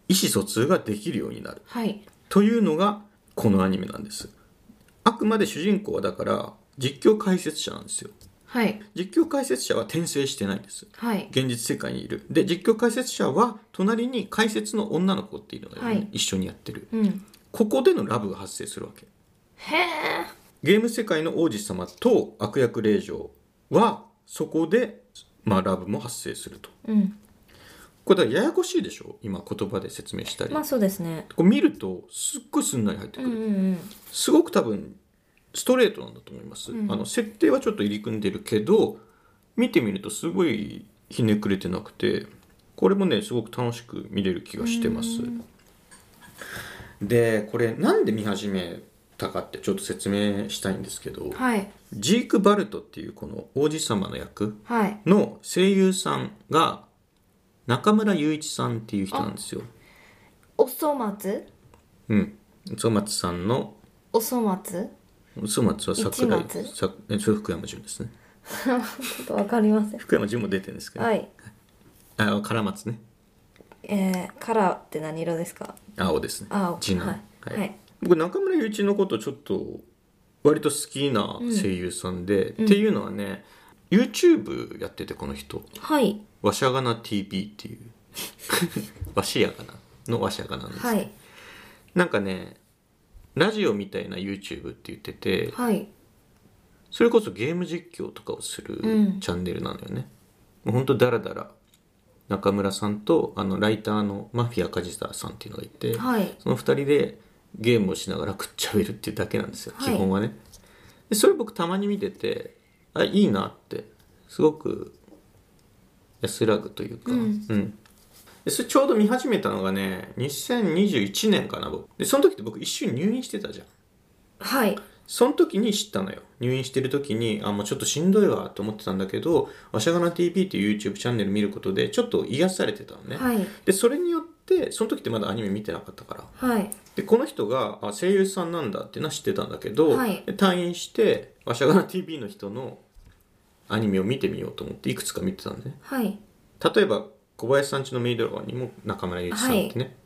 Speaker 1: 意思疎通ができるようになる
Speaker 2: はい
Speaker 1: というのがこのアニメなんですあくまで主人公はだから実況解説者なんですよ
Speaker 2: はい
Speaker 1: 実況解説者は転生してないんです
Speaker 2: はい
Speaker 1: 現実世界にいるで実況解説者は隣に解説の女の子っていうのがいるのね、
Speaker 2: はい
Speaker 1: 一緒にやってる
Speaker 2: うん
Speaker 1: ここでのラブが発生するわけ
Speaker 2: へえ
Speaker 1: ゲーム世界の王子様と悪役令嬢はそこで、まあ、ラブも発生すると
Speaker 2: うん
Speaker 1: これだからややこしいでしょ今言葉で説明したり、
Speaker 2: まあそうですね
Speaker 1: こう見るとすっごいすんなり入って
Speaker 2: う
Speaker 1: く
Speaker 2: ん
Speaker 1: る、
Speaker 2: うん
Speaker 1: すごく多分ストレートなんだと思います、
Speaker 2: うん
Speaker 1: あの設定はちょっと入り組んでるけど見てみるとすごいひねくれてなくてこれもねすごく楽しく見れる気がしてますでこれなんで見始めたかってちょっと説明したいんですけど、
Speaker 2: うんはい
Speaker 1: ジーク・バルトっていうこの王子様の役
Speaker 2: はい
Speaker 1: の声優さんが中村雄一さんっていう人なんですよ。
Speaker 2: おそ松
Speaker 1: うん。おそ松さんの、
Speaker 2: おそ松
Speaker 1: おそ松は桜井
Speaker 2: 市松
Speaker 1: さえそれ福山潤ですね。
Speaker 2: ちょっとわかりません
Speaker 1: 福山潤も出てるんですけど、
Speaker 2: はい
Speaker 1: あ、唐松ね。
Speaker 2: えー、カラーって何色ですか
Speaker 1: 青ですね。
Speaker 2: 青
Speaker 1: 次男。
Speaker 2: はいはい
Speaker 1: 僕中村雄一のことちょっと割と好きな声優さんで、っていうのはね、YouTube やっててこの人。
Speaker 2: はい
Speaker 1: わしゃがな TV っていうわしやがなの和釈迦なんです、
Speaker 2: はい
Speaker 1: なんかねラジオみたいな YouTube って言ってて
Speaker 2: はい
Speaker 1: それこそゲーム実況とかをする
Speaker 2: うん
Speaker 1: チャンネルなのよね、もうほんとダラダラ中村さんとあのライターのマフィア梶沢さんっていうのがいて、
Speaker 2: はい
Speaker 1: その2人でゲームをしながら食っちゃべるっていうだけなんですよ、
Speaker 2: はい
Speaker 1: 基本はねでそれ僕たまに見ててあいいなってすごく安らぐというか、
Speaker 2: うん
Speaker 1: でそれちょうど見始めたのがね2021年かな僕でその時って僕一瞬入院してたじゃん
Speaker 2: はい
Speaker 1: その時に知ったのよ入院してる時にあもうちょっとしんどいわと思ってたんだけど「わしゃがな TV」っていう YouTube チャンネル見ることでちょっと癒されてたのね、
Speaker 2: はい
Speaker 1: でそれによってその時ってまだアニメ見てなかったから
Speaker 2: はい
Speaker 1: でこの人があ声優さんなんだっていうのは知ってたんだけど、
Speaker 2: はい
Speaker 1: で退院して「わしゃがな TV」の人のアニメを見てみようと思っていくつか見てたんだね
Speaker 2: はい
Speaker 1: 例えば小林さんちのメイドラゴンにも中村祐一さんってね、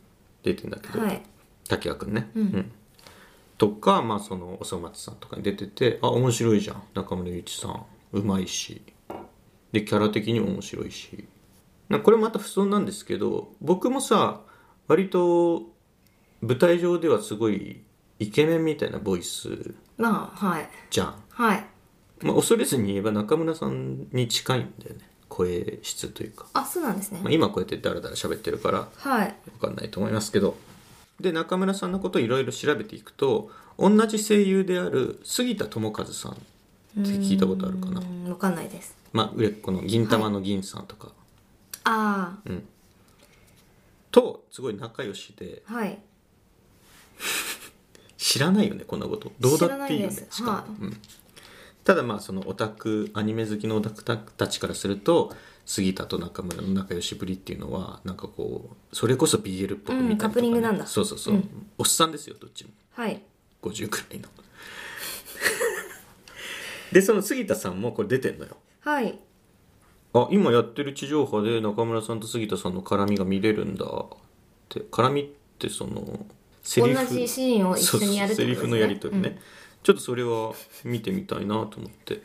Speaker 1: 出てんだけど、
Speaker 2: はい
Speaker 1: 滝谷君ね、
Speaker 2: うん
Speaker 1: とか、まあ、そのおそ松さんとかに出ててあ面白いじゃん中村祐一さんうまいしでキャラ的にも面白いしなこれまた不損なんですけど僕もさ割と舞台上ではすごいイケメンみたいなボイス
Speaker 2: まあはい
Speaker 1: じゃん、
Speaker 2: はい
Speaker 1: まあ、恐れずに言えば中村さんに近いんだよね声質というか、
Speaker 2: あそうなんですね
Speaker 1: まあ、今こうやってダラダラ喋ってるから
Speaker 2: はい
Speaker 1: わかんないと思いますけどで中村さんのことをいろいろ調べていくと同じ声優である杉田智和さんって聞いたことあるかな
Speaker 2: うんわかんないです
Speaker 1: まあ売れっ子の銀玉の銀さんとか、
Speaker 2: あ
Speaker 1: とすごい仲良しで
Speaker 2: あはい
Speaker 1: 知らないよねこんなことどうだっていいよ
Speaker 2: 知らない
Speaker 1: ね
Speaker 2: です
Speaker 1: しかも、
Speaker 2: はい
Speaker 1: うん、ただまあそのオタクアニメ好きのオタクたちからすると杉田と中村の仲良しぶりっていうのはなんかこうそれこそ BL っぽく見たりとか、ね
Speaker 2: うんカップリングなんだ
Speaker 1: そうそうそう、
Speaker 2: うん
Speaker 1: おっさんですよどっちも
Speaker 2: はい
Speaker 1: 50くらいのでその杉田さんもこれ出てんのよ
Speaker 2: はい
Speaker 1: あ今やってる地上波で中村さんと杉田さんの絡みが見れるんだって絡みってそのセ
Speaker 2: 同じシーンを一緒にやるって
Speaker 1: そうそうセリフ
Speaker 2: ことですね
Speaker 1: のやり取りね、ちょっとそれは見てみたいなと思って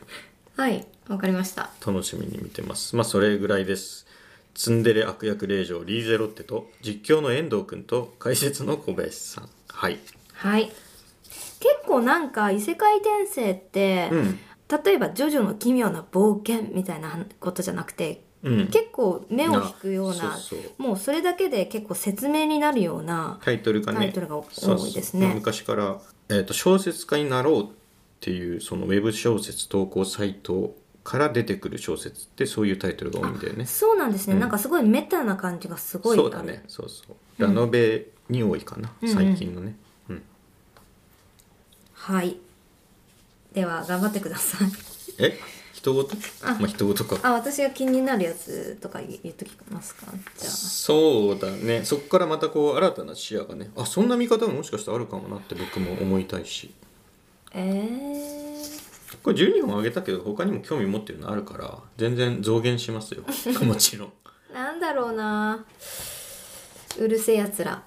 Speaker 2: はいわかりました
Speaker 1: 楽しみに見てますまあそれぐらいですツンデレ悪役令嬢リーゼロッテと実況の遠藤君と解説の小林さんはい
Speaker 2: はい結構なんか異世界転生って、
Speaker 1: うん
Speaker 2: 例えば「ジョジョの奇妙な冒険」みたいなことじゃなくて
Speaker 1: うん
Speaker 2: 結構目を引くような
Speaker 1: あそうそう
Speaker 2: もうそれだけで結構説明になるような
Speaker 1: タイトルがね
Speaker 2: タイトルが多い
Speaker 1: そうそう
Speaker 2: ですね
Speaker 1: 昔から、えー、と小説家になろうっていうそのウェブ小説投稿サイトから出てくる小説ってそういうタイトルが多いんだよね
Speaker 2: そうなんですね、なんかすごいメタな感じがすごい
Speaker 1: そう
Speaker 2: あ
Speaker 1: だ
Speaker 2: る
Speaker 1: ねそうそうラノベに多いかな、
Speaker 2: うんうん
Speaker 1: 最近のね、うん、
Speaker 2: はいでは頑張ってください
Speaker 1: え人ごと
Speaker 2: あ
Speaker 1: まあ人ごとか
Speaker 2: あ私が気になるやつとか言っときますかじゃ
Speaker 1: そうだねそこからまたこう新たな視野がねあそんな見方ももしかしたらあるかもなって僕も思いたいし
Speaker 2: あえー、
Speaker 1: これ12本あげたけど他にも興味持ってるのあるから全然増減し ますよもちろん
Speaker 2: なんだろうなうるせえやつら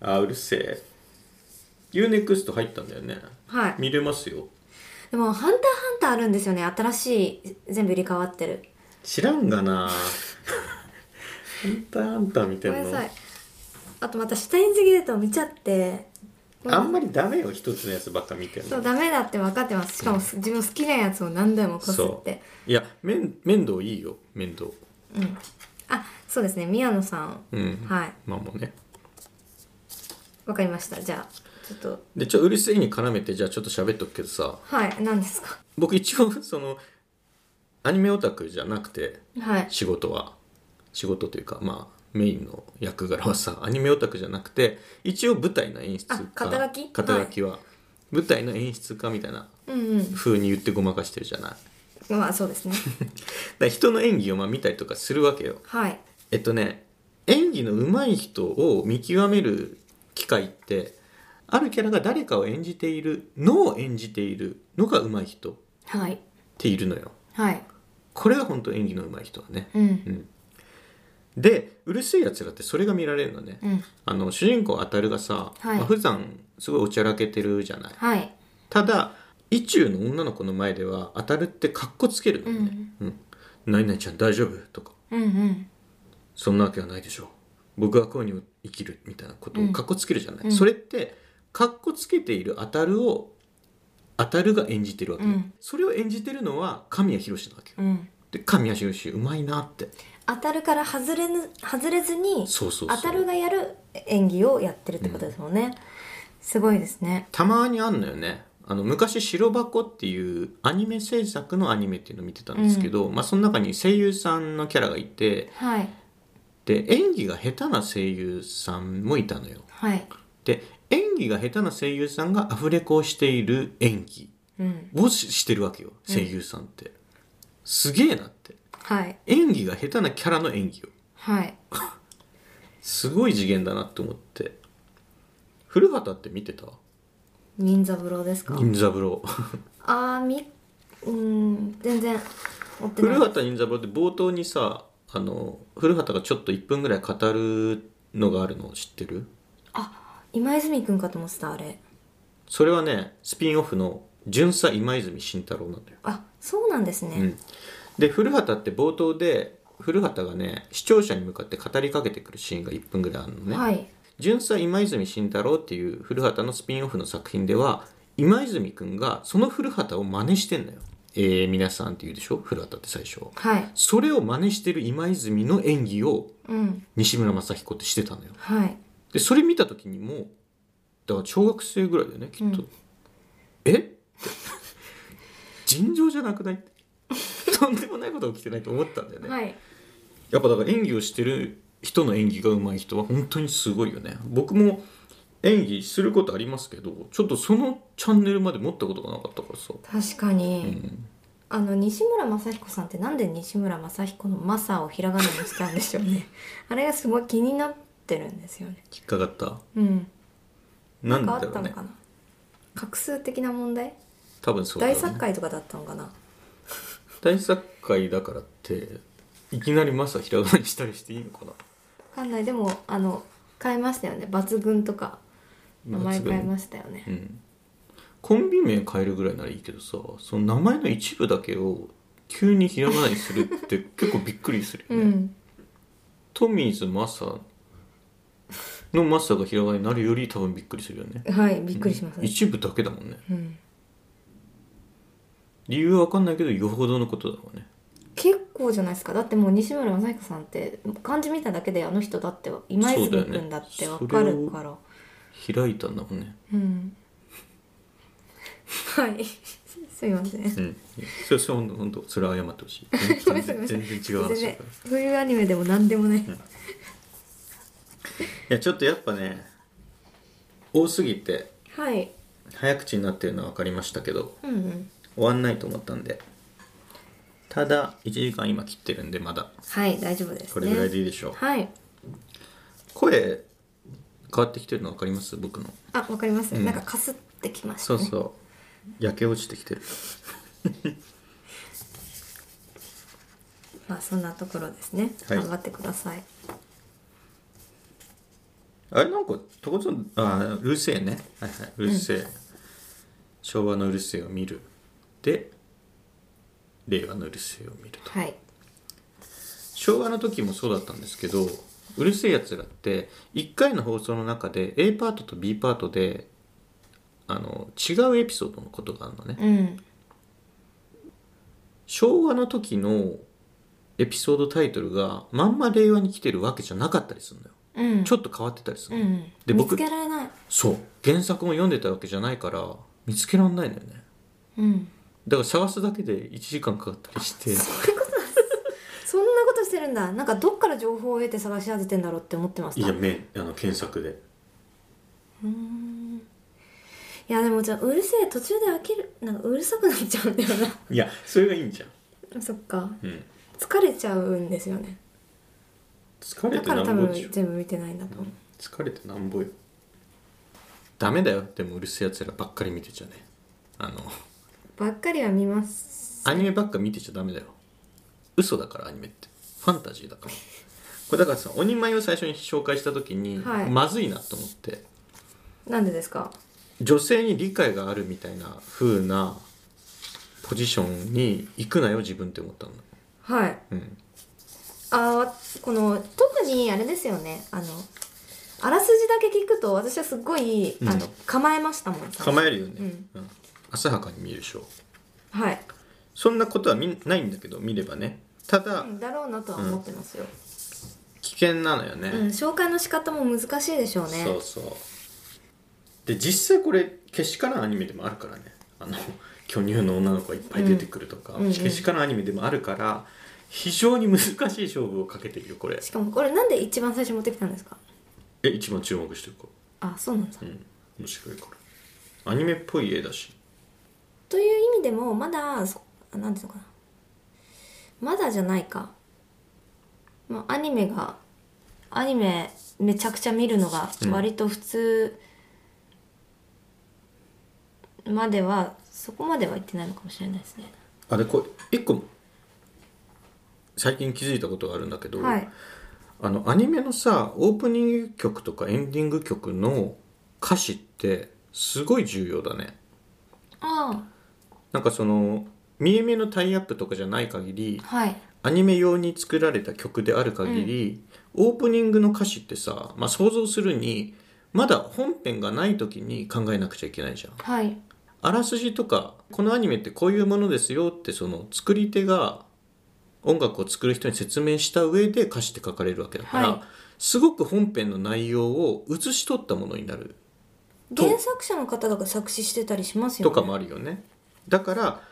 Speaker 1: あうるせえ UNEXT 入ったんだよね
Speaker 2: はい
Speaker 1: 見れますよ
Speaker 2: でも「ハンターハンター」あるんですよね新しい全部入れ替わってる
Speaker 1: 知らんがなハンターハンター見て
Speaker 2: ご
Speaker 1: ん
Speaker 2: めん
Speaker 1: の
Speaker 2: なさいあとまた「シュタインズゲート」を見ちゃって
Speaker 1: あんまりダメよ一つのやつばっか見てん
Speaker 2: そう
Speaker 1: の
Speaker 2: ダメだって分かってますしかもす自分好きなやつを何台もこすって
Speaker 1: いや面面倒いいよ面倒
Speaker 2: あそうですね宮野さん、
Speaker 1: うん
Speaker 2: はい
Speaker 1: まあもうね
Speaker 2: 分かりましたじゃあちょっと
Speaker 1: でちょうるせえに絡めてじゃあちょっと喋っとくけどさ
Speaker 2: はい何ですか
Speaker 1: 僕一応そのアニメオタクじゃなくて
Speaker 2: はい
Speaker 1: 仕事は仕事というかまあメインの役柄はさア ニメオタクじゃなくて一応舞台の演出家
Speaker 2: あ肩書き
Speaker 1: 肩書きは、舞台の演出家みたいな
Speaker 2: うんうん
Speaker 1: 風に言ってごまかしてるじゃないだか
Speaker 2: まあそうですね
Speaker 1: ら人の演技をまあ見たりとかするわけよ
Speaker 2: はい
Speaker 1: えっとね演技の上手い人を見極める機会ってあるキャラが誰かを演じているのを演じているのが上手い人っ
Speaker 2: はい
Speaker 1: ているのよ
Speaker 2: はい
Speaker 1: これが本当演技の上手い人だね
Speaker 2: うん
Speaker 1: でうるせえやつらってそれが見られるのね、
Speaker 2: うん
Speaker 1: あの主人公アタルがさ、
Speaker 2: はい
Speaker 1: まあ普段すごいおちゃらけてるじゃない
Speaker 2: はい
Speaker 1: ただ意中の女の子の前ではアタルってかっこつけるのよね「うん何々ちゃん大丈夫?」とか
Speaker 2: うんうん
Speaker 1: 「そんなわけはないでしょう僕が恋に生きるみたいなことをかっこつけるじゃない、
Speaker 2: うん
Speaker 1: それってかっこつけている当たるを当たるが演じてるわけ、
Speaker 2: うん
Speaker 1: それを演じてるのは神谷博史なわけよ
Speaker 2: うん
Speaker 1: で神谷博史うまいなって
Speaker 2: 当たるから外れぬ外れずに
Speaker 1: そうそうそう
Speaker 2: 当たるがやる演技をやってるってことですもんね、すごいですね
Speaker 1: たまにあんのよねあの昔「白箱」っていうアニメ制作のアニメっていうのを見てたんですけど、まあ、その中に声優さんのキャラがいて
Speaker 2: はい
Speaker 1: で演技が下手な声優さんもいたのよ
Speaker 2: はい
Speaker 1: で演技が下手な声優さんがアフレコをしている演技
Speaker 2: うん
Speaker 1: をししてるわけよ声優さんって、すげえなって
Speaker 2: はい
Speaker 1: 演技が下手なキャラの演技を
Speaker 2: はい
Speaker 1: すごい次元だなって思って古畑って見てた
Speaker 2: 忍三郎ですか
Speaker 1: 銀座風呂
Speaker 2: あーみうん全然追ってな
Speaker 1: 古
Speaker 2: い
Speaker 1: 畑任三郎って冒頭にさあの古畑がちょっと1分ぐらい語るのがあるの知ってる
Speaker 2: 今泉くんかと思ってたあれ
Speaker 1: それはねスピンオフの「巡査今泉慎太郎」なんだよ、
Speaker 2: あそうなんですね、
Speaker 1: うん、で古畑って冒頭で古畑がね視聴者に向かって語りかけてくるシーンが1分ぐらいあるのね、
Speaker 2: はい
Speaker 1: 巡査今泉慎太郎っていう古畑のスピンオフの作品では今泉くんがその古畑を真似してんだよえー、皆さんって言うでしょ古畑って最初
Speaker 2: はい
Speaker 1: それを真似してる今泉の演技を
Speaker 2: うん
Speaker 1: 西村雅彦ってしてたのよ
Speaker 2: はい
Speaker 1: でそれ見た時にもうだから小学生ぐらいだよねきっと、
Speaker 2: うん
Speaker 1: えって 尋常じゃなくないとんでもないことが起きてないと思ったんだよね、
Speaker 2: はい
Speaker 1: やっぱだから演技をしてる人の演技が上手い人は本当にすごいよね僕も演技することありますけどちょっとそのチャンネルまで持ったことがなかったからさ、
Speaker 2: 確かに、
Speaker 1: うん
Speaker 2: あの西村雅彦さんってなんで西村雅彦の「マサ」をひらがなにしたんでしょ うねあれがすごい気になってるんですよね
Speaker 1: 引っかかった
Speaker 2: うん
Speaker 1: な
Speaker 2: なん
Speaker 1: ん
Speaker 2: かあ
Speaker 1: だ
Speaker 2: っ
Speaker 1: ろ
Speaker 2: た
Speaker 1: う
Speaker 2: の
Speaker 1: ね
Speaker 2: かな画数的な問題、
Speaker 1: 多分そうだ、ね、
Speaker 2: 大作界とかだったのかな
Speaker 1: 大作会だからっていきなりマサひらがなにしたりしていいのかな
Speaker 2: わかんないでもあの変えましたよね抜群とか名前変えましたよね
Speaker 1: うん、コンビ名変えるぐらいならいいけどさその名前の一部だけを急にひらがなにするって結構びっくりする
Speaker 2: う
Speaker 1: よね、
Speaker 2: ん
Speaker 1: トミーズマサのマサがひらがなになるより多分びっくりするよね
Speaker 2: はいびっくりします
Speaker 1: うん一部だけだもんね
Speaker 2: うん、
Speaker 1: 理由は分かんないけどよほどのことだもんね
Speaker 2: 結構じゃないですかだってもう西村雅彦さんって漢字見ただけであの人だって今
Speaker 1: そうだよ
Speaker 2: 泉
Speaker 1: ね
Speaker 2: 君だってわかるから、
Speaker 1: 開いたんだもんね
Speaker 2: うんはいすいません
Speaker 1: うんそれそれほんとほんとそれは謝ってほしい
Speaker 2: ごめんなさいごめんなさい
Speaker 1: 全然違う話だから
Speaker 2: 全然そういうアニメでも何でもない、
Speaker 1: いやちょっとやっぱね多すぎて
Speaker 2: はい
Speaker 1: 早口になってるのは分かりましたけど
Speaker 2: うんうん
Speaker 1: 終わんないと思ったんでただ1時間今切ってるんでまだ
Speaker 2: はい大丈夫ですね
Speaker 1: これぐらいでいいでしょう、
Speaker 2: はい
Speaker 1: 声変わってきてるの分かります僕の
Speaker 2: あわかります、
Speaker 1: うん
Speaker 2: なんかかすってきました
Speaker 1: そう
Speaker 2: ね
Speaker 1: そう 焼け落ちてきてる
Speaker 2: まあそんなところですね、
Speaker 1: はい
Speaker 2: 頑張ってください
Speaker 1: あれなんかとことんあーうるせえねはいはいうるせえ、昭和のうるせえを見るで令和のうるせえを見ると
Speaker 2: はい
Speaker 1: 昭和の時もそうだったんですけど「うるせえやつら」って1回の放送の中で A パートと B パートであの違うエピソードのことがあるのね、
Speaker 2: うん
Speaker 1: 昭和の時のエピソードタイトルがまんま令和に来てるわけじゃなかったりするんだよ
Speaker 2: うん
Speaker 1: ちょっと変わってたりす
Speaker 2: う
Speaker 1: る
Speaker 2: ん
Speaker 1: の、
Speaker 2: うん
Speaker 1: で僕
Speaker 2: 見つけられない
Speaker 1: そう原作も読んでたわけじゃないから見つけらんないんだよね
Speaker 2: うん
Speaker 1: だから探すだけで1時間かかったりして
Speaker 2: そんなことしてるんだなんかどっから情報を得て探し当ててんだろうって思ってました
Speaker 1: めあの検索で
Speaker 2: うーんいやでもじゃあうるせえ途中で飽きるなんかうるさくなっちゃうんだよ
Speaker 1: いやそれがいいんじゃん、
Speaker 2: な そっか
Speaker 1: うん、
Speaker 2: 疲れちゃうんですよね
Speaker 1: 疲れ
Speaker 2: だ
Speaker 1: て
Speaker 2: から
Speaker 1: な
Speaker 2: 多
Speaker 1: んぼ
Speaker 2: 分
Speaker 1: でしょ
Speaker 2: 全部見てないんだと思う
Speaker 1: 疲れてなんぼよダメだよでもうるせえやつらばっかり見てちゃねあの
Speaker 2: ばっかりは見ます
Speaker 1: アニメばっか見てちゃダメだよ嘘だからアニメってファンタジーだからこれだからさ鬼舞を最初に紹介した時に、
Speaker 2: はい
Speaker 1: まずいなと思って
Speaker 2: なんでですか
Speaker 1: 女性に理解があるみたいな風なポジションに行くなよ自分って思ったの
Speaker 2: はい
Speaker 1: うん
Speaker 2: あーこの特にあれですよねあのあらすじだけ聞くと私はすっごい、あの構えましたもん
Speaker 1: 構えるよね、
Speaker 2: うん
Speaker 1: うん浅はかに見るでしょう
Speaker 2: はい
Speaker 1: そんなことはみないんだけど見ればねただ
Speaker 2: だろうなとは思ってますよ、
Speaker 1: 危険なのよね、
Speaker 2: うん紹介の仕方も難しいでしょうね
Speaker 1: そうそうで実際これけしからんアニメでもあるからねあの 巨乳の女の子がいっぱい出てくるとか、
Speaker 2: うんうんうん
Speaker 1: けしからんアニメでもあるから非常に難しい勝負をかけてるよこれ
Speaker 2: しかもこれなんで一番最初持ってきたんですか
Speaker 1: え一番注目してるか
Speaker 2: あそうなんだ、
Speaker 1: らうん面白いからアニメっぽい絵だし
Speaker 2: という意味でもまだそあなんていうのかなまだじゃないか、まあ、アニメがアニメめちゃくちゃ見るのが
Speaker 1: うん
Speaker 2: 割と普通までは、そこまでは行ってないのかもしれないですね
Speaker 1: あでこれ一個最近気づいたことがあるんだけど、
Speaker 2: はい
Speaker 1: あのアニメのさオープニング曲とかエンディング曲の歌詞ってすごい重要だね
Speaker 2: あ
Speaker 1: なんかその見え目のタイアップとかじゃない限り
Speaker 2: あはい
Speaker 1: アニメ用に作られた曲である限り、オープニングの歌詞ってさ、まあ、想像するにまだ本編がない時に考えなくちゃいけないじゃん
Speaker 2: はい
Speaker 1: あらすじとかこのアニメってこういうものですよってその作り手が音楽を作る人に説明した上で歌詞って書かれるわけだから、
Speaker 2: はい
Speaker 1: すごく本編の内容を写し取ったものになると
Speaker 2: 原作者の方が作詞してたりしますよ
Speaker 1: と
Speaker 2: ね
Speaker 1: かもあるよねだから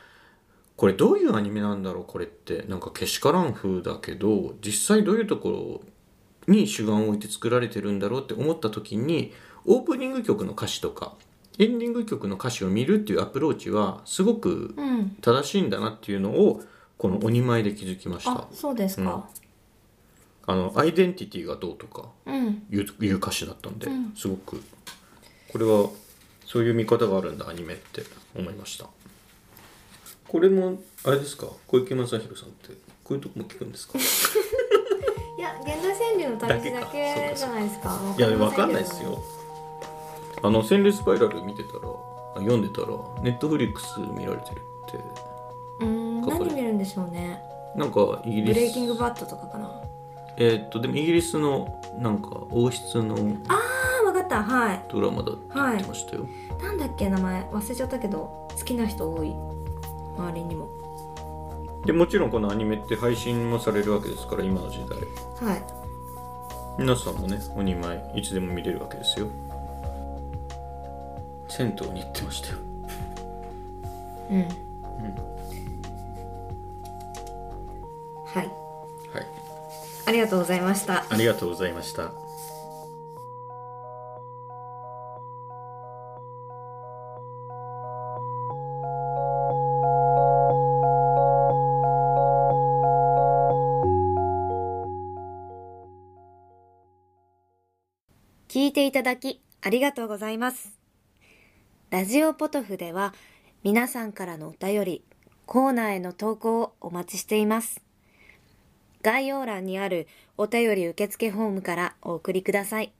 Speaker 1: これどういうアニメなんだろうこれってなんかけしからん風だけど実際どういうところに主眼を置いて作られてるんだろうって思った時にオープニング曲の歌詞とかエンディング曲の歌詞を見るっていうアプローチはすごく
Speaker 2: うん
Speaker 1: 正しいんだなっていうのをこの「鬼前」で気づきました
Speaker 2: あそうですか
Speaker 1: あのアイデンティティがどうとか
Speaker 2: うん
Speaker 1: いういう歌詞だったんで、
Speaker 2: うん
Speaker 1: すごくこれはそういう見方があるんだアニメって思いましたこれもあれですか小池正弘さんってこういうとこも聞くんですか
Speaker 2: いや現代川柳の旅路だ
Speaker 1: だけ
Speaker 2: け
Speaker 1: か
Speaker 2: じゃないですか
Speaker 1: いや
Speaker 2: わ
Speaker 1: わかんない
Speaker 2: ま
Speaker 1: で
Speaker 2: せけ
Speaker 1: す
Speaker 2: ど
Speaker 1: よあの「川柳スパイラル」見てたらあ読んでたらネットフリックス見られてるって
Speaker 2: うーん
Speaker 1: ここで
Speaker 2: 何見るんでしょうね
Speaker 1: なんかイギリス
Speaker 2: ブレイキングバットとかかな
Speaker 1: えーっとでもイギリスのなんか王室の
Speaker 2: あ分かったは
Speaker 1: ドラマだって言ってましたよ、
Speaker 2: いなんだっけ名前忘れちゃったけど好きな人多い周りにも
Speaker 1: でもちろんこのアニメって配信もされるわけですから今の時代
Speaker 2: は
Speaker 1: 皆さんもねお二枚いつでも見れるわけですよ銭湯に行ってましたよ
Speaker 2: いうん、はい
Speaker 1: はい
Speaker 2: ありがとうございました
Speaker 1: ありがとうございました
Speaker 3: 聞いていただきありがとうございます。ラジオポトフでは皆さんからのお便り、コーナーへの投稿をお待ちしています。概要欄にあるお便り受付フォームからお送りください。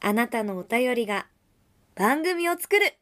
Speaker 3: あなたのお便りが番組を作る